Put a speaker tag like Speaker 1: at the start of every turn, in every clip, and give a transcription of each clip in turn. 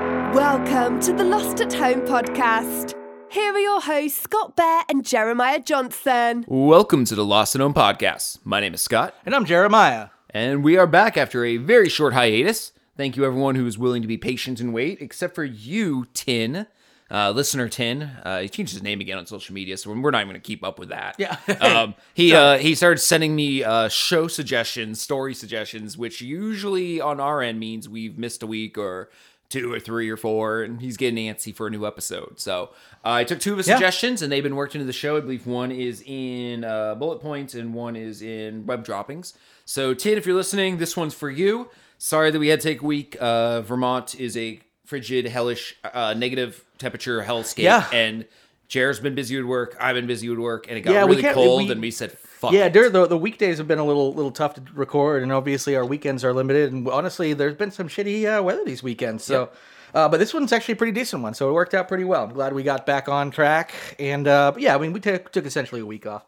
Speaker 1: Welcome to the Lost at Home podcast. Here are your hosts, Scott Bear and Jeremiah Johnson.
Speaker 2: Welcome to the Lost and Home podcast. My name is Scott,
Speaker 3: And I'm Jeremiah.
Speaker 2: and we are back after a very short hiatus. Thank you, everyone who is willing to be patient and wait, except for you, Tin, uh, listener Tin. Uh, he changed his name again on social media, so we're not even going to keep up with that.
Speaker 3: Yeah.
Speaker 2: um, he uh, he started sending me uh, show suggestions, story suggestions, which usually on our end means we've missed a week or two or three or four, and he's getting antsy for a new episode. So uh, I took two of his
Speaker 3: Yeah.
Speaker 2: suggestions, and they've been worked into the show. I believe one is in uh, bullet points and one is in web droppings. So Tin, if you're listening, this one's for you. Sorry that we had to take a week. Uh, Vermont is a frigid, hellish, uh, negative temperature hellscape,
Speaker 3: Yeah.
Speaker 2: and. Jared's been busy with work. I've been busy with work, and it got
Speaker 3: Yeah, we
Speaker 2: really
Speaker 3: can't-
Speaker 2: cold,
Speaker 3: we-
Speaker 2: and we said, "Fuck."
Speaker 3: Yeah,
Speaker 2: it."
Speaker 3: during the, the weekdays have been a little little tough to record, and obviously our weekends are limited. And honestly, there's been some shitty uh, weather these weekends. So, uh, but this one's actually a pretty decent one, so it worked out pretty well. I'm glad we got back on track. And uh, but yeah, I mean, we took took essentially a week off.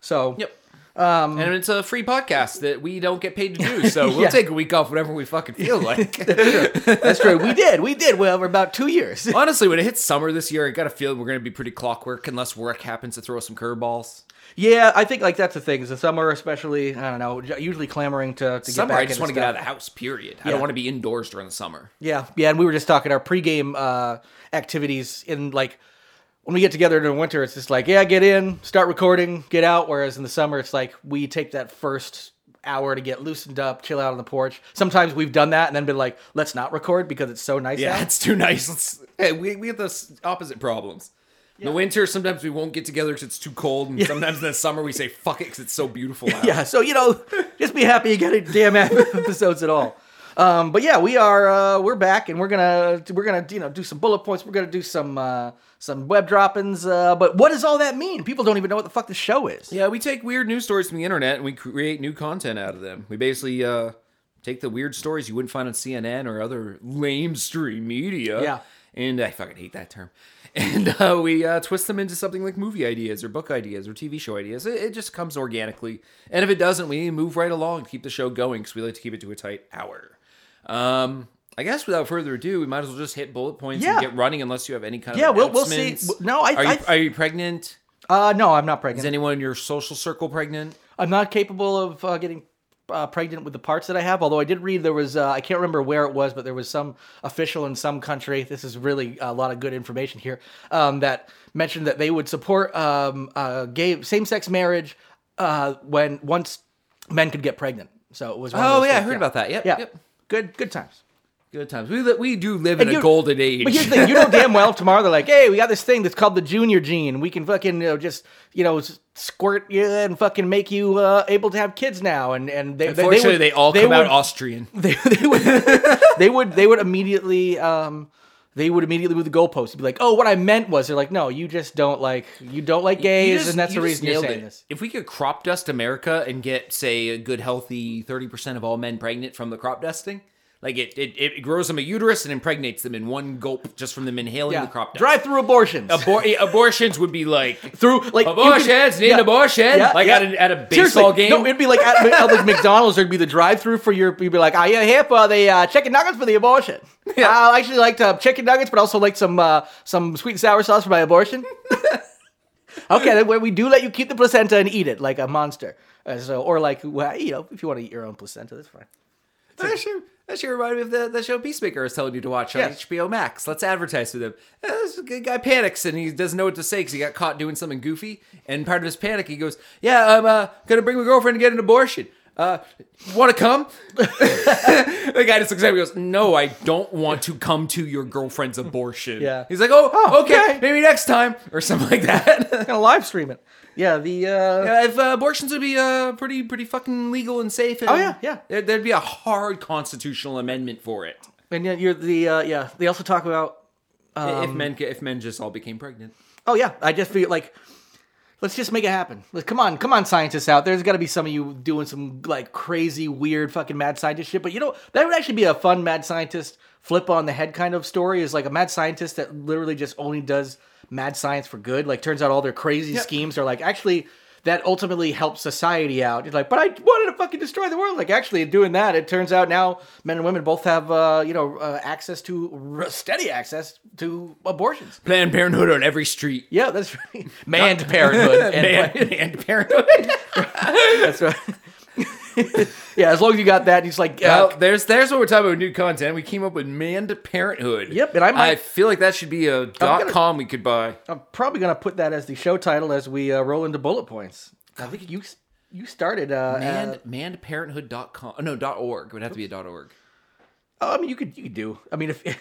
Speaker 3: So
Speaker 2: Yep. and it's a free podcast that we don't get paid to do, so we'll
Speaker 3: Um, Yeah.
Speaker 2: take a week off whenever we fucking feel like.
Speaker 3: that's true. We did, we did. Well, we're about two years.
Speaker 2: Honestly, when it hits summer this year, I got a feeling we're going to be pretty clockwork unless work happens to throw us some curveballs.
Speaker 3: yeah, I think like that's the thing. Is the summer, especially, I don't know, ju- usually clamoring to, to get
Speaker 2: Summer,
Speaker 3: back
Speaker 2: I just
Speaker 3: into
Speaker 2: want to get
Speaker 3: stuff.
Speaker 2: out of the house. Period. I
Speaker 3: Yeah.
Speaker 2: don't want to be indoors during the summer.
Speaker 3: Yeah, yeah, and we were just talking our pregame uh, activities in like when we get together in the winter, it's just like yeah, get in, start recording, get out. Whereas in the summer, it's like we take that first hour to get loosened up, chill out on the porch. Sometimes we've done that and then been like, let's not record because it's so nice
Speaker 2: Yeah,
Speaker 3: out.
Speaker 2: it's too nice. Let's, hey, we we have those opposite problems. In the winter, sometimes we won't get together because it's too cold, and sometimes in the summer we say "fuck it" because it's so beautiful out.
Speaker 3: yeah so you know just be happy you got any damn ep- episodes at all um, but yeah we are uh, we're back and we're gonna we're gonna you know do some bullet points we're gonna do some uh, some web droppings uh, but what does all that mean people don't even know what the fuck the show is
Speaker 2: Yeah, we take weird news stories from the internet and we create new content out of them. We basically uh, take the weird stories you wouldn't find on CNN or other lamestream media.
Speaker 3: Yeah.
Speaker 2: And I fucking hate that term. And uh, we uh, twist them into something like movie ideas or book ideas or TV show ideas. It, it just comes organically. And if it doesn't, we move right along to keep the show going because we like to keep it to a tight hour. Um, I guess without further ado, we might as well just hit bullet points
Speaker 3: Yeah.
Speaker 2: and get running unless you have any kind
Speaker 3: Yeah,
Speaker 2: of
Speaker 3: we'll- we'll see.
Speaker 2: announcements.
Speaker 3: No, I-
Speaker 2: are you,
Speaker 3: I-
Speaker 2: are you pregnant?
Speaker 3: uh, no i'm not
Speaker 2: Is
Speaker 3: pregnant
Speaker 2: anyone in your social circle pregnant?
Speaker 3: i'm not capable of uh, getting uh, pregnant with the parts that i have although i did read there was uh, i can't remember where it was but there was some official in some country this is really a lot of good information here um, that mentioned that they would support um, uh, gay same-sex marriage uh, when once men could get pregnant so it was one of
Speaker 2: Oh
Speaker 3: those
Speaker 2: yeah, I
Speaker 3: things,
Speaker 2: heard about that. Yep,
Speaker 3: yeah
Speaker 2: yep.
Speaker 3: good good times
Speaker 2: Good times. We li- we do live in
Speaker 3: And
Speaker 2: a
Speaker 3: you-
Speaker 2: golden age.
Speaker 3: But here's the thing: you know damn well tomorrow they're like, "Hey, we got this thing that's called the junior gene. We can fucking you know, just you know s- squirt you and fucking make you uh, able to have kids now." And and they,
Speaker 2: Unfortunately, they,
Speaker 3: would-
Speaker 2: all come out
Speaker 3: would-
Speaker 2: Austrian.
Speaker 3: They, they would they would they would immediately um they would immediately move the goalpost and be like, "Oh, what I meant was," they're like, "No, you just don't like you don't like
Speaker 2: You
Speaker 3: gays,
Speaker 2: just-
Speaker 3: and that's
Speaker 2: you
Speaker 3: the
Speaker 2: just
Speaker 3: reason you're
Speaker 2: nailed
Speaker 3: saying
Speaker 2: it.
Speaker 3: this."
Speaker 2: If we could crop dust America and get, say, a good healthy thirty percent of all men pregnant from the crop dusting, like it, it it grows them a uterus and impregnates them in one gulp just from them inhaling
Speaker 3: Yeah.
Speaker 2: the crop dust.
Speaker 3: Drive through abortions.
Speaker 2: Abor- yeah, abortions would be like
Speaker 3: through like you could-
Speaker 2: abortions need an abortion like at, a, at a baseball
Speaker 3: Seriously,
Speaker 2: game.
Speaker 3: No, it'd be like at, at like McDonald's. There'd be the drive-through for your. You'd be like, "Are you here for the uh, chicken nuggets for the abortion?"
Speaker 2: Yeah.
Speaker 3: I actually like to have chicken nuggets, but also like some uh, some sweet and sour sauce for my abortion. okay, then where we do let you keep the placenta and eat it like a monster. Uh, so, or like well, you know, if you want to eat your own placenta, that's fine.
Speaker 2: That should, that should remind me of the, the show Peacemaker I was telling you to watch on
Speaker 3: Yes.
Speaker 2: HBO Max. Let's advertise to them. Uh, This guy panics and he doesn't know what to say because he got caught doing something goofy. And part of his panic, he goes, Yeah, I'm uh, going to bring my girlfriend to get an abortion. Uh, want to come? the guy just looks at me and goes, No, I don't want to come to your girlfriend's abortion.
Speaker 3: Yeah.
Speaker 2: He's like, Oh,
Speaker 3: Oh,
Speaker 2: okay,
Speaker 3: okay.
Speaker 2: maybe next time or something like that.
Speaker 3: Gonna live stream it. Yeah, the uh,
Speaker 2: Yeah, if uh, abortions would be uh, pretty pretty fucking legal and safe. And
Speaker 3: Oh, yeah, yeah.
Speaker 2: There, there'd be a hard constitutional amendment for it.
Speaker 3: and yeah, you're the uh, yeah. They also talk about
Speaker 2: if men ca- if men just all became pregnant.
Speaker 3: Oh yeah, I just feel like let's just make it happen. Let's come on, come on, scientists out there. There's got to be some of you doing some like crazy, weird, fucking mad scientist shit. But you know that would actually be a fun mad scientist flip on the head kind of story. Is like a mad scientist that literally just only does mad science for good. Like turns out all their crazy schemes are like actually. that ultimately helps society out. You're like, but I wanted to fucking destroy the world. Like, actually, doing that, it turns out now men and women both have, uh, you know, uh, access to r- steady access to abortions.
Speaker 2: Planned Parenthood on every street.
Speaker 3: Yeah, that's right. Manned parenthood. and
Speaker 2: Man- Planned Parenthood.
Speaker 3: That's right. yeah, as long as you got that, he's like, uh,
Speaker 2: Well, there's there's what we're talking about with new content. We came up with Manned Parenthood.
Speaker 3: Yep, and I might-
Speaker 2: I feel like that should be a dot
Speaker 3: gonna-
Speaker 2: com we could buy.
Speaker 3: I'm probably gonna put that as the show title as we uh, roll into bullet points. I think you you started. Uh,
Speaker 2: Manned,
Speaker 3: uh,
Speaker 2: mannedparenthood.com. No, dot .org. It would have to be a dot .org.
Speaker 3: oh, I mean, you could you could do. I mean, if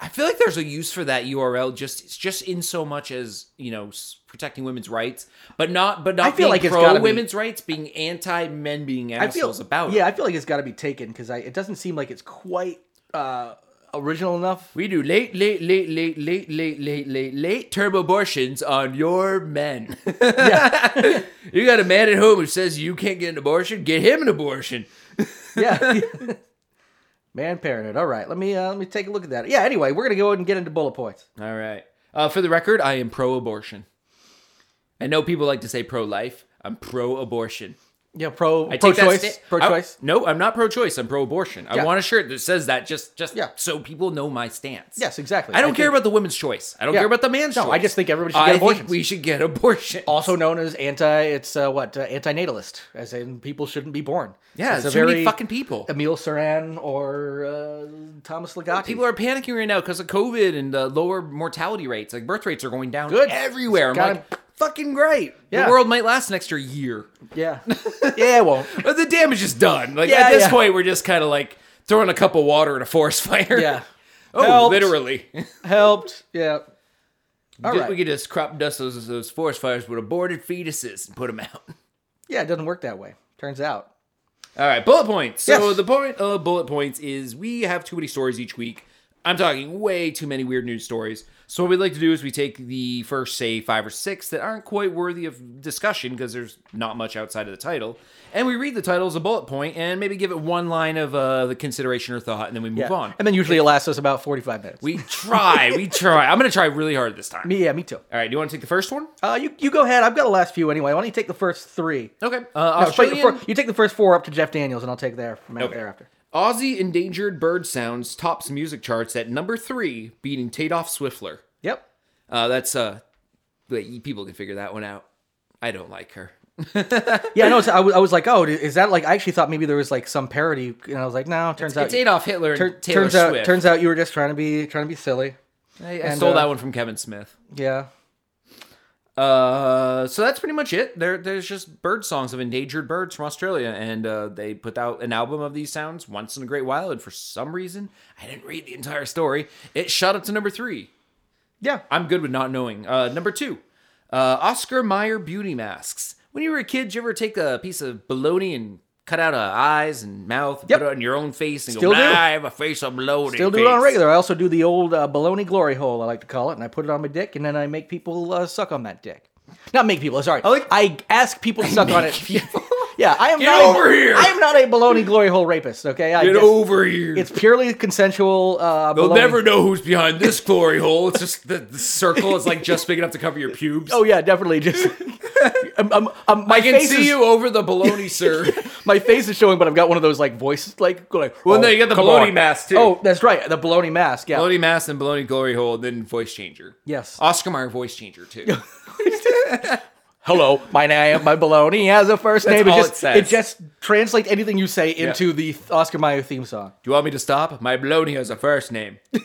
Speaker 2: I feel like there's a use for that URL just it's just in so much as you know s- protecting women's rights, but not but not
Speaker 3: I feel
Speaker 2: being
Speaker 3: like it's gotta
Speaker 2: pro
Speaker 3: be-
Speaker 2: women's rights, being anti men being
Speaker 3: I feel
Speaker 2: assholes about
Speaker 3: yeah,
Speaker 2: it.
Speaker 3: I feel like it's got to be taken because it doesn't seem like it's quite uh, original enough.
Speaker 2: We do late, late, late, late, late, late, late, late, late term abortions on your men. you got a man at home who says you can't get an abortion. Get him an abortion.
Speaker 3: Yeah. Man, parenthood. All right, let me uh, let me take a look at that. Yeah. Anyway, we're gonna go ahead and get into bullet points.
Speaker 2: All right. Uh, for the record, I am pro-abortion. I know people like to say pro-life. I'm pro-abortion.
Speaker 3: Yeah, pro
Speaker 2: I
Speaker 3: pro
Speaker 2: take that
Speaker 3: choice,
Speaker 2: sta-
Speaker 3: pro
Speaker 2: I-
Speaker 3: choice.
Speaker 2: No, I'm not pro-choice. I'm pro-abortion.
Speaker 3: Yeah.
Speaker 2: I want a shirt that says that just just
Speaker 3: Yeah.
Speaker 2: so people know my stance.
Speaker 3: Yes, exactly.
Speaker 2: I don't
Speaker 3: I
Speaker 2: care
Speaker 3: think-
Speaker 2: about the women's choice. I don't
Speaker 3: Yeah.
Speaker 2: care about the man's
Speaker 3: No,
Speaker 2: choice.
Speaker 3: I just think everybody should
Speaker 2: I
Speaker 3: get
Speaker 2: think
Speaker 3: abortions.
Speaker 2: we should get abortion.
Speaker 3: Also known as anti, it's uh, what uh, antinatalist, as in people shouldn't be born.
Speaker 2: yeah,
Speaker 3: it's
Speaker 2: too
Speaker 3: a
Speaker 2: many
Speaker 3: very
Speaker 2: fucking people.
Speaker 3: Emil Saran or uh, Thomas Ligotti.
Speaker 2: People are panicking right now because of COVID and the lower mortality rates. Like birth rates are going down
Speaker 3: Good.
Speaker 2: everywhere. I'm
Speaker 3: Gotta-
Speaker 2: like, fucking great.
Speaker 3: Yeah.
Speaker 2: The world might last an extra year.
Speaker 3: yeah, yeah, it won't.
Speaker 2: But the damage is done. Like
Speaker 3: Yeah,
Speaker 2: at this
Speaker 3: yeah.
Speaker 2: point, we're just kind of like throwing a cup of water at a forest fire.
Speaker 3: Yeah,
Speaker 2: oh,
Speaker 3: Helped.
Speaker 2: literally.
Speaker 3: helped. Yeah, All
Speaker 2: Just-
Speaker 3: right.
Speaker 2: We could just crop dust those, those forest fires with aborted fetuses and put them out.
Speaker 3: yeah, it doesn't work that way. Turns out.
Speaker 2: All right, bullet points. So
Speaker 3: Yes.
Speaker 2: the point of bullet points is we have too many stories each week. I'm talking way too many weird news stories. So what we'd like to do is we take the first, say, five or six that aren't quite worthy of discussion because there's not much outside of the title, and we read the title as a bullet point and maybe give it one line of uh, the consideration or thought, and then we move
Speaker 3: Yeah.
Speaker 2: on.
Speaker 3: And then usually it lasts us about forty-five minutes.
Speaker 2: We try, we try. I'm gonna try really hard this time.
Speaker 3: me, yeah, me too.
Speaker 2: All right, do you want to take the first one?
Speaker 3: Uh, you you go ahead. I've got the last few anyway. Why don't you take the first three?
Speaker 2: Okay. Uh,
Speaker 3: No, take the
Speaker 2: Australian,
Speaker 3: fir- you take the first four up to Jeff Daniels, and I'll take there from out
Speaker 2: Okay.
Speaker 3: thereafter.
Speaker 2: Aussie endangered bird sounds tops music charts at number three, beating Tadoff Swiffler.
Speaker 3: Yep.
Speaker 2: Uh, that's uh, but you- people can figure that one out. I don't like her.
Speaker 3: Yeah, no, so I, was, I was like, oh, is that like? I actually thought maybe there was like some parody, and I was like, no, turns out
Speaker 2: It's Adolf Hitler and
Speaker 3: tur-
Speaker 2: Taylor
Speaker 3: turns
Speaker 2: Swift.
Speaker 3: out turns out you were just trying to be trying to be silly.
Speaker 2: I, I
Speaker 3: and,
Speaker 2: stole
Speaker 3: uh,
Speaker 2: that one from Kevin Smith.
Speaker 3: Yeah,
Speaker 2: Uh, so that's pretty much it. There, there's just bird songs of endangered birds from Australia, and uh, they put out an album of these sounds once in a great while. And for some reason, I didn't read the entire story. It shot up to number three.
Speaker 3: yeah.
Speaker 2: I'm good with not knowing. Uh, number two, uh, Oscar Mayer beauty masks. When you were a kid, did you ever take a piece of bologna and cut out uh, eyes and mouth and
Speaker 3: Yep.
Speaker 2: put it on your own face and
Speaker 3: Still
Speaker 2: go,
Speaker 3: do.
Speaker 2: nah, I have a face of bologna.
Speaker 3: Still do it on
Speaker 2: face."
Speaker 3: regular. I also do the old uh, baloney glory hole, I like to call it, and I put it on my dick, and then I make people uh, suck on that dick. Not make people. Sorry, I,
Speaker 2: like-
Speaker 3: ask people to suck on it.
Speaker 2: Make people-
Speaker 3: yeah, I am
Speaker 2: Get
Speaker 3: not
Speaker 2: over
Speaker 3: a,
Speaker 2: here.
Speaker 3: I am not a baloney glory hole rapist. Okay, I
Speaker 2: Get
Speaker 3: just-
Speaker 2: over here.
Speaker 3: It's purely consensual. Uh,
Speaker 2: They'll
Speaker 3: baloney.
Speaker 2: never know who's behind this glory hole. It's just the, the circle is like just big enough to cover your pubes.
Speaker 3: Oh yeah, definitely. Just um, um, um, my
Speaker 2: I can
Speaker 3: face
Speaker 2: see
Speaker 3: is,
Speaker 2: you over the bologna, sir.
Speaker 3: My face is showing, but I've got one of those like voices, like going.
Speaker 2: Well,
Speaker 3: oh,
Speaker 2: no, you got the
Speaker 3: come
Speaker 2: baloney
Speaker 3: on."
Speaker 2: mask, too.
Speaker 3: Oh, that's right, the baloney mask. Yeah,
Speaker 2: bologna mask and bologna glory hole, then voice changer.
Speaker 3: Yes.
Speaker 2: Oscar Mayer voice changer too.
Speaker 3: hello, my name, my baloney has a first name.
Speaker 2: all
Speaker 3: just,
Speaker 2: it says.
Speaker 3: just translates anything you say into the th- Oscar Mayer theme song.
Speaker 2: Do you want me to stop? My baloney has a first name. Do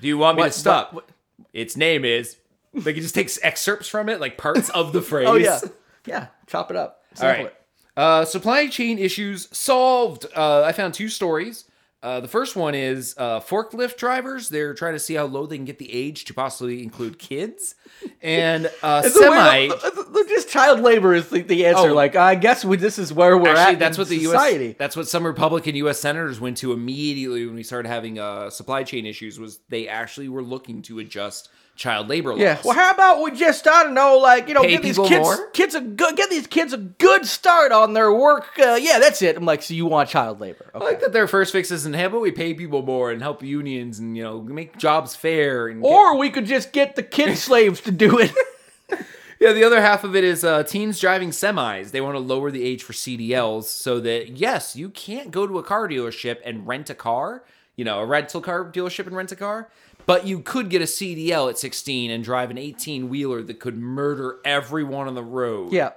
Speaker 2: you want me
Speaker 3: What-
Speaker 2: to stop?
Speaker 3: what-
Speaker 2: Its name is. Like it just takes excerpts from it, like parts of the phrase.
Speaker 3: Oh yeah, yeah. Chop it up.
Speaker 2: All
Speaker 3: Sample
Speaker 2: right.
Speaker 3: it.
Speaker 2: Uh, supply chain issues solved. Uh, I found two stories. Uh, the first one is uh, forklift drivers. They're trying to see how low they can get the age to possibly include kids. And uh,
Speaker 3: It's a weird-
Speaker 2: semi.
Speaker 3: uh, uh, Just child labor is the, the answer.
Speaker 2: Oh.
Speaker 3: Like I guess we, this is where we're at.
Speaker 2: Actually, that's
Speaker 3: in
Speaker 2: what the
Speaker 3: society.
Speaker 2: U.S. That's what some Republican U.S. senators went to immediately when we started having uh, supply chain issues. Was they actually were looking to adjust child labor laws?
Speaker 3: Yeah. Well, how about we just I don't know, like you know,
Speaker 2: Pay
Speaker 3: give these
Speaker 2: people
Speaker 3: kids
Speaker 2: more?
Speaker 3: kids a good get these kids a good start on their work. Uh, yeah, that's it. I'm like, so you want child labor?
Speaker 2: I
Speaker 3: Okay.
Speaker 2: like that their first fix isn't how about we pay people more and help unions and you know make jobs fair and
Speaker 3: or we could just get the kid slaves to do it.
Speaker 2: Yeah, the other half of it is uh, teens driving semis. They want to lower the age for CDLs so that, yes, you can't go to a car dealership and rent a car, you know, a rental car dealership and rent a car, but you could get a CDL at 16 and drive an 18 wheeler that could murder everyone on the road.
Speaker 3: Yeah.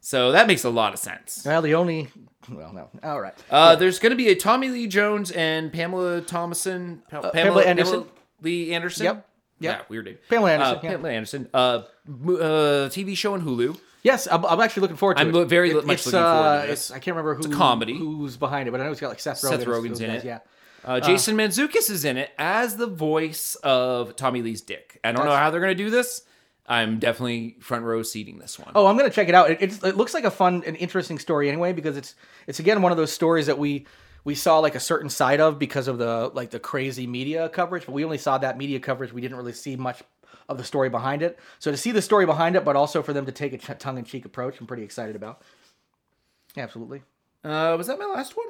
Speaker 2: So that makes a lot of sense.
Speaker 3: Well, the only. Well, no. All right.
Speaker 2: Uh, There's going to be a Tommy Lee Jones and Pamela Thomason. Pa-
Speaker 3: Uh, Pamela Anderson?
Speaker 2: Lee Anderson.
Speaker 3: Yep. Yep.
Speaker 2: Yeah, weird name.
Speaker 3: Pamela Anderson,
Speaker 2: Uh,
Speaker 3: yeah.
Speaker 2: Pamela Anderson. Uh, mo- uh, TV show on Hulu.
Speaker 3: Yes, I'm, I'm actually looking forward to
Speaker 2: I'm
Speaker 3: it.
Speaker 2: lo- very lo-
Speaker 3: It-
Speaker 2: much
Speaker 3: it's,
Speaker 2: looking forward to
Speaker 3: uh,
Speaker 2: this.
Speaker 3: it's- I can't remember who,
Speaker 2: comedy.
Speaker 3: who's behind it, but I know it's got like Seth Rogen.
Speaker 2: Seth
Speaker 3: and those
Speaker 2: Rogen's in
Speaker 3: guys,
Speaker 2: it.
Speaker 3: Yeah.
Speaker 2: Uh, Jason Manzukis is in it as the voice of Tommy Lee's dick. I don't know
Speaker 3: That's-
Speaker 2: how they're going to do this. I'm definitely front row seating this one.
Speaker 3: Oh, I'm gonna check it out. It, it's, it looks like a fun and interesting story anyway, because it's it's again one of those stories that we we saw like a certain side of because of the like the crazy media coverage, but we only saw that media coverage. We didn't really see much of the story behind it. So to see the story behind it, but also for them to take a ch- tongue in cheek approach, I'm pretty excited about. Absolutely.
Speaker 2: Uh, was that my last one?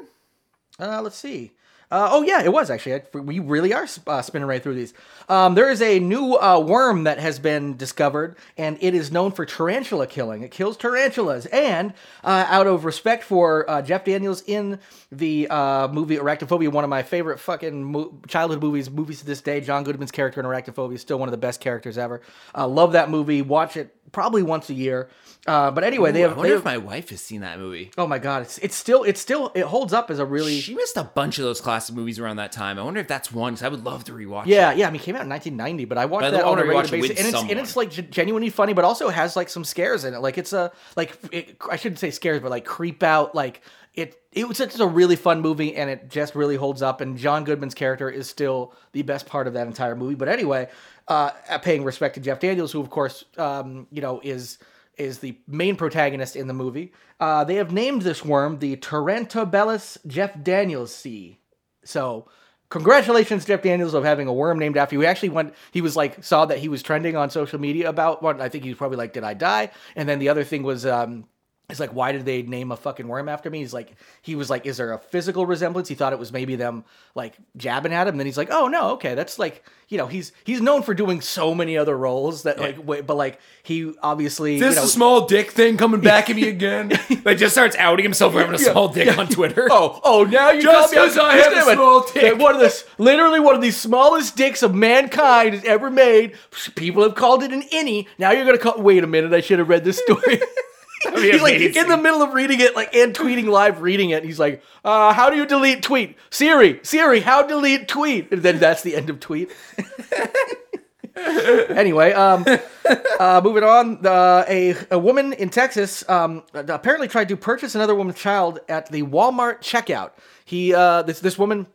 Speaker 3: Uh, let's see. Uh, oh yeah, it was actually. I, we really are sp- uh, spinning right through these. Um, there is a new uh, worm that has been discovered, and it is known for tarantula killing. It kills tarantulas, and uh, out of respect for uh, Jeff Daniels in the uh, movie Arachnophobia, one of my favorite fucking mo- childhood movies, movies to this day. John Goodman's character in Arachnophobia is still one of the best characters ever. Uh, love that movie. Watch it probably once a year. Uh, but anyway, they
Speaker 2: Ooh, I
Speaker 3: have.
Speaker 2: wonder
Speaker 3: They
Speaker 2: if
Speaker 3: have
Speaker 2: my wife has seen that movie.
Speaker 3: oh my god, it's it's still it's still it holds up as a really.
Speaker 2: She missed a bunch of those classic movies around that time. I wonder if that's one 'cause I would love to rewatch.
Speaker 3: Yeah, yeah. I mean, it came out in 1990, but I watched
Speaker 2: But I
Speaker 3: that on
Speaker 2: wanna
Speaker 3: a regular
Speaker 2: rewatch it
Speaker 3: basis,
Speaker 2: with
Speaker 3: and it's, and
Speaker 2: someone.
Speaker 3: it's like gen- genuinely funny, but also has like some scares in it. Like it's a like it, I shouldn't say scares, but like creep out. Like it it was just a really fun movie, and it just really holds up. And John Goodman's character is still the best part of that entire movie. But anyway, uh, paying respect to Jeff Daniels, who of course um, you know is is the main protagonist in the movie. Uh, they have named this worm the Tarantobellus Jeff Daniels C. So congratulations, Jeff Daniels, of having a worm named after you. He actually went, he was like, saw that he was trending on social media about one. I think he was probably like, did I die? And then the other thing was, um, it's like, why did they name a fucking worm after me? He's like, he was like, is there a physical resemblance? He thought it was maybe them like jabbing at him. And then he's like, oh no, okay, that's like, you know, he's he's known for doing so many other roles that like, wait, but like he obviously
Speaker 2: This
Speaker 3: you know,
Speaker 2: small dick thing coming back at me again. like just starts outing himself for having a small dick on Twitter.
Speaker 3: Oh, oh, now you
Speaker 2: Just
Speaker 3: got me.
Speaker 2: as I have a small dick.
Speaker 3: One of the, literally one of the smallest dicks of mankind has ever made. People have called it an innie. Now you're going to call, wait a minute, I should have read this story.
Speaker 2: be
Speaker 3: he's like in
Speaker 2: amazing.
Speaker 3: the middle of reading it, like and tweeting live, reading it. He's like, uh, "How do you delete tweet, Siri? Siri, how delete tweet?" And then that's the end of tweet. anyway, um, uh, moving on. Uh, a, a woman in Texas um, apparently tried to purchase another woman's child at the Walmart checkout. He uh, this this woman.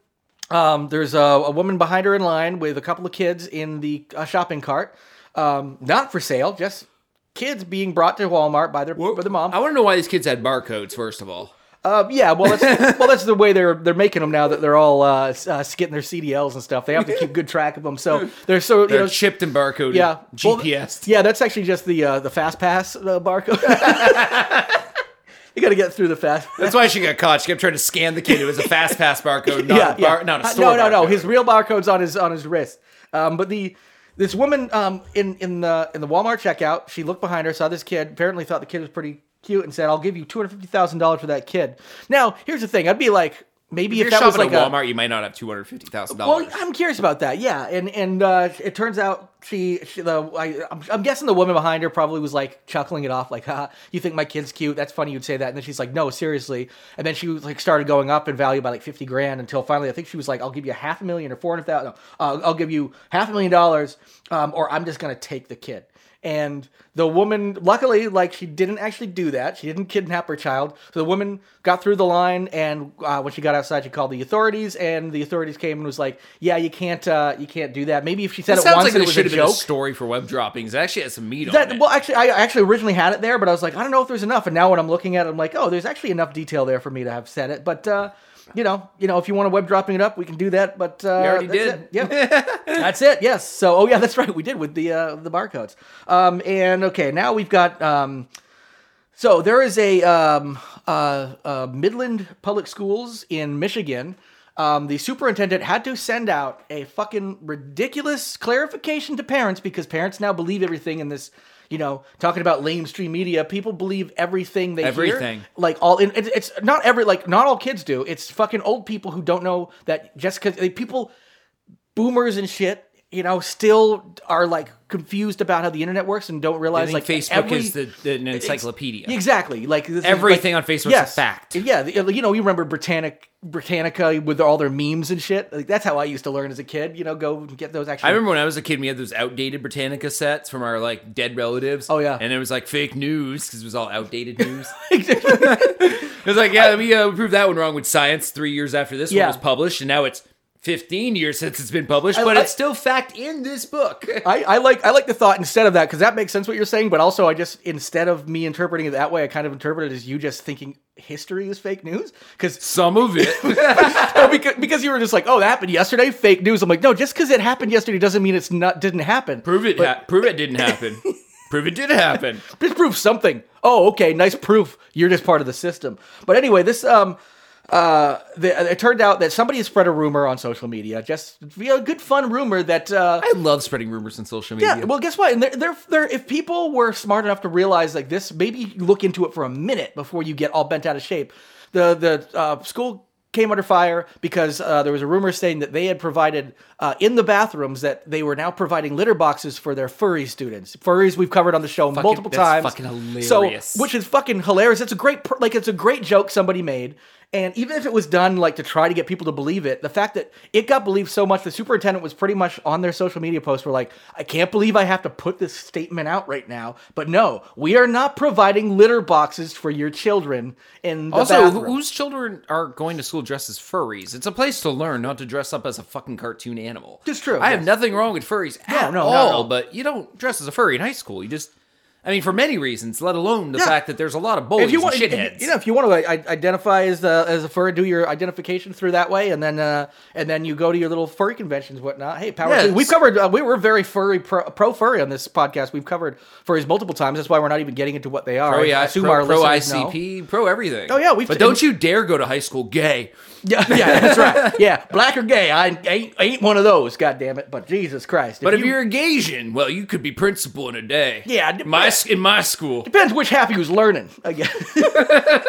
Speaker 3: Um, there's a, a woman behind her in line with a couple of kids in the uh, shopping cart, um, not for sale, just kids being brought to Walmart by their by their mom.
Speaker 2: I want to know why these kids had barcodes first of all.
Speaker 3: Um, yeah, well, that's well, that's the way they're they're making them now that they're all uh, s- uh, getting their CDLs and stuff. They have to keep good track of them, so they're so you
Speaker 2: They're
Speaker 3: know
Speaker 2: chipped and barcoded.
Speaker 3: yeah Well,
Speaker 2: GPS.
Speaker 3: yeah, that's actually just the uh, the fast pass uh, barcode. you got to get through the fast.
Speaker 2: That's why she got caught. She kept trying to scan the kid. It was a fast pass barcode, not a bar, not a
Speaker 3: Uh,
Speaker 2: store.
Speaker 3: No, no, no.
Speaker 2: barcode.
Speaker 3: His real barcode's on his on his wrist. Um, but the this woman um, in in the in the Walmart checkout, she looked behind her, saw this kid, apparently thought the kid was pretty cute, and said, "I'll give you two hundred fifty thousand dollars for that kid." Now, here's the thing. I'd be like, maybe
Speaker 2: If
Speaker 3: if,
Speaker 2: you're
Speaker 3: that was
Speaker 2: shopping
Speaker 3: like
Speaker 2: at
Speaker 3: a
Speaker 2: Walmart, you might not have two hundred fifty thousand
Speaker 3: well,
Speaker 2: dollars.
Speaker 3: I'm curious about that. Yeah, and and uh, it turns out she, she the I, I'm, I'm guessing the woman behind her probably was like chuckling it off, like, "Ha, you think my kid's cute? That's funny you'd say that." And then she's like, "No, seriously." And then she was, like started going up in value by like fifty grand until finally, I think she was like, "I'll give you a half a million or four hundred thousand. No, uh, I'll give you half a million dollars, um, or I'm just gonna take the kid." And the woman, luckily, like she didn't actually do that. She didn't kidnap her child. So the woman got through the line, and uh, when she got outside, she called the authorities, and the authorities came and was like, "Yeah, you can't, uh, you can't do that." Maybe if she said
Speaker 2: That
Speaker 3: it
Speaker 2: sounds
Speaker 3: once,
Speaker 2: like
Speaker 3: and
Speaker 2: it
Speaker 3: it was a
Speaker 2: should have been a
Speaker 3: joke.
Speaker 2: story for web droppings. It actually has some meat on
Speaker 3: That
Speaker 2: it.
Speaker 3: well, actually, I actually originally had it there, but I was like, I don't know if there's enough. And now when I'm looking at it, I'm like, oh, there's actually enough detail there for me to have said it. But uh, you know, you know, if you want to web dropping it up, we can do that. But uh,
Speaker 2: already
Speaker 3: that's
Speaker 2: did.
Speaker 3: It. Yeah, that's it. Yes. So, oh yeah, that's right. We did with the uh, the barcodes. Um, and okay, now we've got. Um, so there is a um, uh, uh, Midland Public Schools in Michigan um, the superintendent had to send out a fucking ridiculous clarification to parents because parents now believe everything in this. You know, talking about lamestream media, people believe everything they hear.
Speaker 2: Everything.
Speaker 3: Like all, and it, it's not every like not all kids do. It's fucking old people who don't know that just because people boomers and shit, you know, still are like confused about how the internet works and don't
Speaker 2: I
Speaker 3: realize
Speaker 2: think
Speaker 3: like
Speaker 2: Facebook
Speaker 3: every-
Speaker 2: is the, the, an encyclopedia.
Speaker 3: Exactly, like this is, like-
Speaker 2: Everything on Facebook's a
Speaker 3: yes.
Speaker 2: fact.
Speaker 3: Yeah, the- you know, you remember Britannic Britannica with all their memes and shit. Like that's how I used to learn as a kid. You know, go and get those actually.
Speaker 2: I remember when I was a kid, we had those outdated Britannica sets from our like dead relatives.
Speaker 3: Oh, yeah.
Speaker 2: and it was like fake news because it was all outdated news. it was like, yeah, we, uh, we proved that one wrong with science three years after this
Speaker 3: Yeah.
Speaker 2: one was published, and now it's 15 years since it's been published,
Speaker 3: I-
Speaker 2: but
Speaker 3: I-
Speaker 2: it's still fact in this book.
Speaker 3: I, I like I like the thought instead of that because that makes sense what you're saying, but also I just instead of me interpreting it that way, I kind of interpret it as you just thinking history is fake news because
Speaker 2: Some of it.
Speaker 3: No, because, because you were just like, oh, that happened yesterday, fake news. I'm like, no, just because it happened yesterday doesn't mean it's not didn't happen.
Speaker 2: prove it. Ha- prove it didn't happen. prove it did happen.
Speaker 3: Just prove something. Oh, okay, nice proof. You're just part of the system. But anyway, this um. Uh, the, it turned out that somebody had spread a rumor on social media, just via a good fun rumor that uh,
Speaker 2: I love spreading rumors on social media.
Speaker 3: Yeah, well, guess what? And they're, they're, they're, if people were smart enough to realize like this, maybe look into it for a minute before you get all bent out of shape. The the uh, school came under fire because uh, there was a rumor saying that they had provided uh, in the bathrooms that they were now providing litter boxes for their furry students. Furries we've covered on the show multiple
Speaker 2: that's
Speaker 3: times.
Speaker 2: fucking hilarious.
Speaker 3: So, which is fucking hilarious. It's a great pr- like it's a great joke somebody made. And even if it was done like to try to get people to believe it, the fact that it got believed so much, the superintendent was pretty much on their social media posts were like, I can't believe I have to put this statement out right now. But no, we are not providing litter boxes for your children in the
Speaker 2: also, who-
Speaker 3: bathroom.
Speaker 2: whose children are going to school dressed as furries? It's a place to learn not to dress up as a fucking cartoon animal.
Speaker 3: It's true,
Speaker 2: I have
Speaker 3: yes.
Speaker 2: nothing wrong with furries at
Speaker 3: no, no,
Speaker 2: all,
Speaker 3: no.
Speaker 2: but you don't dress as a furry in high school. You just, I mean, for many reasons, let alone the fact that there's a lot of bullies
Speaker 3: if you want,
Speaker 2: and shitheads.
Speaker 3: you know, if you want to like, i- identify as the as a fur, do your identification through that way, and then uh, and then you go to your little furry conventions, and whatnot. Hey, power!
Speaker 2: Yeah,
Speaker 3: to you. we've
Speaker 2: it's-
Speaker 3: covered uh, we were very furry pro, pro furry on this podcast. We've covered furries multiple times. That's why we're not even getting into what they are.
Speaker 2: Oh yeah,
Speaker 3: I assume
Speaker 2: pro,
Speaker 3: our
Speaker 2: pro
Speaker 3: listeners know.
Speaker 2: ICP, pro everything.
Speaker 3: Oh, yeah, we've-
Speaker 2: But don't you dare go to high school gay.
Speaker 3: Yeah, yeah, that's right. Yeah, black or gay, I ain't, ain't one of those. God damn it! But Jesus Christ!
Speaker 2: But if you're a Gaysian, well, you could be principal in a day.
Speaker 3: Yeah, d-
Speaker 2: my
Speaker 3: yeah.
Speaker 2: s- in my school.
Speaker 3: depends which happy was learning. I guess.